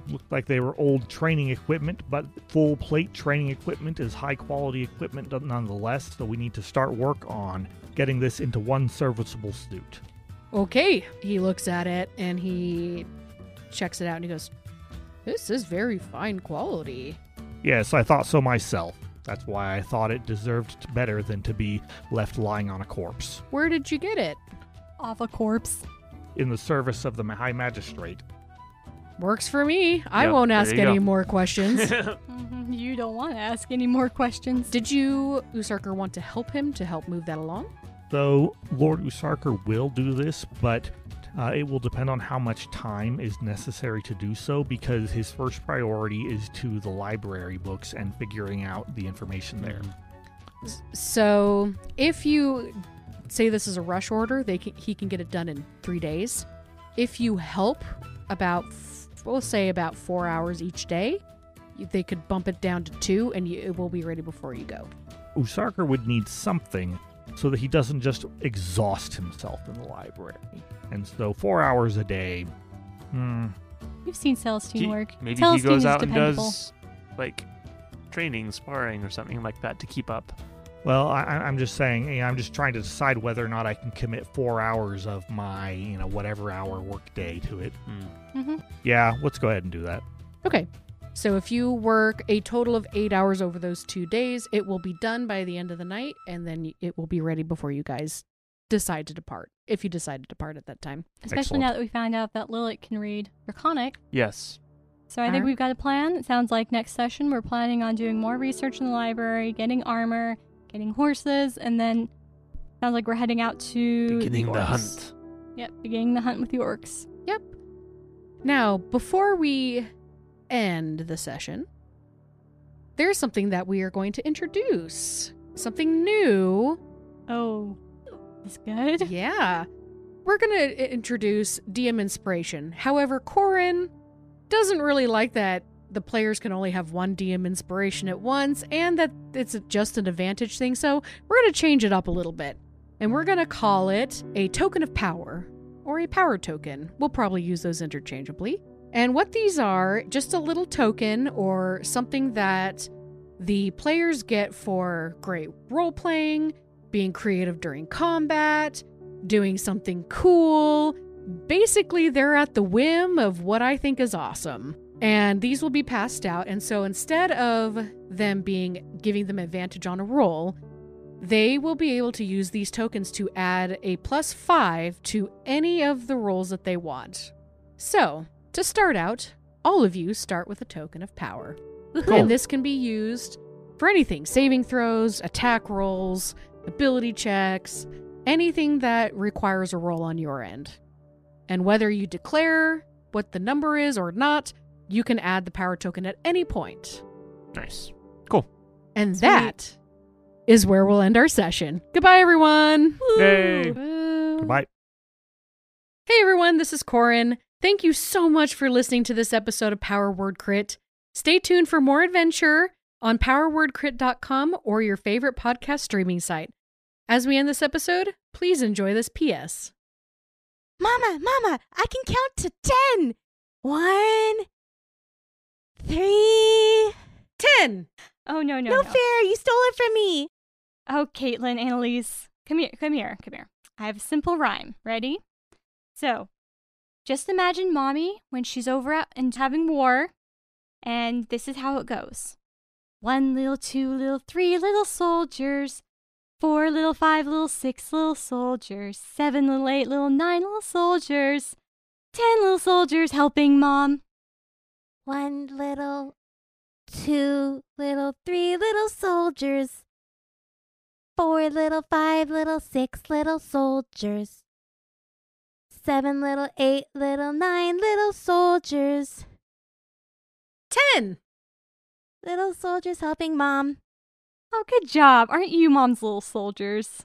Looked like they were old training equipment, but full plate training equipment is high quality equipment nonetheless, so we need to start work on getting this into one serviceable suit.
Okay. He looks at it and he checks it out and he goes, This is very fine quality.
Yes, I thought so myself. That's why I thought it deserved better than to be left lying on a corpse
Where did you get it?
Off a corpse.
in the service of the ma- High Magistrate.
Works for me. I
Yep,
won't
there
ask
you go.
any more questions.
Mhm, You don't want to ask any more questions.
Did you, Usarker, want to help him to help move that along?
Though Lord Usarker will do this, but uh, it will depend on how much time is necessary to do so because his first priority is to the library books and figuring out the information there.
S- So, if you say this is a rush order, they can, he can get it done in three days. If you help about, f- we'll say about four hours each day, you- they could bump it down to two, and you, it will be ready before you go.
Usarker would need something so that he doesn't just exhaust himself in the library. And so, four hours a day. Hmm.
You've seen Celestine
He-
work.
Maybe he
Celestine
goes
is
out and
dependable.
does like training, sparring, or something like that to keep up.
Well, I, I- I'm just saying, you know, I'm just trying to decide whether or not I can commit four hours of my, you
Hmm.
know, whatever hour work day to it.
Mhm.
Yeah, let's go ahead and do that.
Okay. So if you work a total of eight hours over those two days, it will be done by the end of the night, and then y- it will be ready before you guys decide to depart. If you decide to depart at that time,
Especially
Excellent.
now that we found out that Lilith can read Draconic.
Yes.
So I
All
think
right.
we've got a plan. It sounds like next session we're planning on doing more research in the library, getting armor, getting horses, and then sounds like we're heading out to
Beginning the
orcs.
hunt.
Yep, beginning the hunt with the orcs.
Now, before we end the session, there's something that we are going to introduce. Something new.
Oh, that's good.
Yeah. We're going to introduce DM inspiration. However, Corin doesn't really like that the players can only have one DM inspiration at once and that it's just an advantage thing. So, we're going to change it up a little bit. And we're going to call it a token of power or a power token. We'll probably use those interchangeably. And what these are, just a little token or something that the players get for great role playing, being creative during combat, doing something cool. Basically, they're at the whim of what I think is awesome. And these will be passed out. And so instead of them being giving them advantage on a roll, they will be able to use these tokens to add a plus five to any of the rolls that they want. So, to start out, all of you start with a token of power.
Cool.
And this can be used for anything saving throws, attack rolls, ability checks, anything that requires a roll on your end. And whether you declare what the number is or not, you can add the power token at any point.
Nice.
And
Sweet.
that is where we'll end our session. Goodbye, everyone.
Yay.
Woo.
Goodbye.
Hey everyone, this is Corin. Thank you so much for listening to this episode of Power Word Crit. Stay tuned for more adventure on powerwordcrit.com or your favorite podcast streaming site. As we end this episode, please enjoy this PS.
Mama, Mama, I can count to ten. One, three.
10.
Oh no no
No, fair, you stole it from me.
Oh, Caitlin, Annalise, come here, come here, come here. I have a simple rhyme. Ready? So, just imagine mommy when she's over at, and having war, and this is how it goes one little, two little, three little soldiers, four little, five little, six little soldiers, seven little, eight little, nine little soldiers, ten little soldiers helping mom.
One little, two little, three little soldiers. Four little, five little, six little soldiers. Seven little, eight little, nine little soldiers.
10.
Little soldiers helping mom.
Oh, good job. Aren't you mom's little soldiers?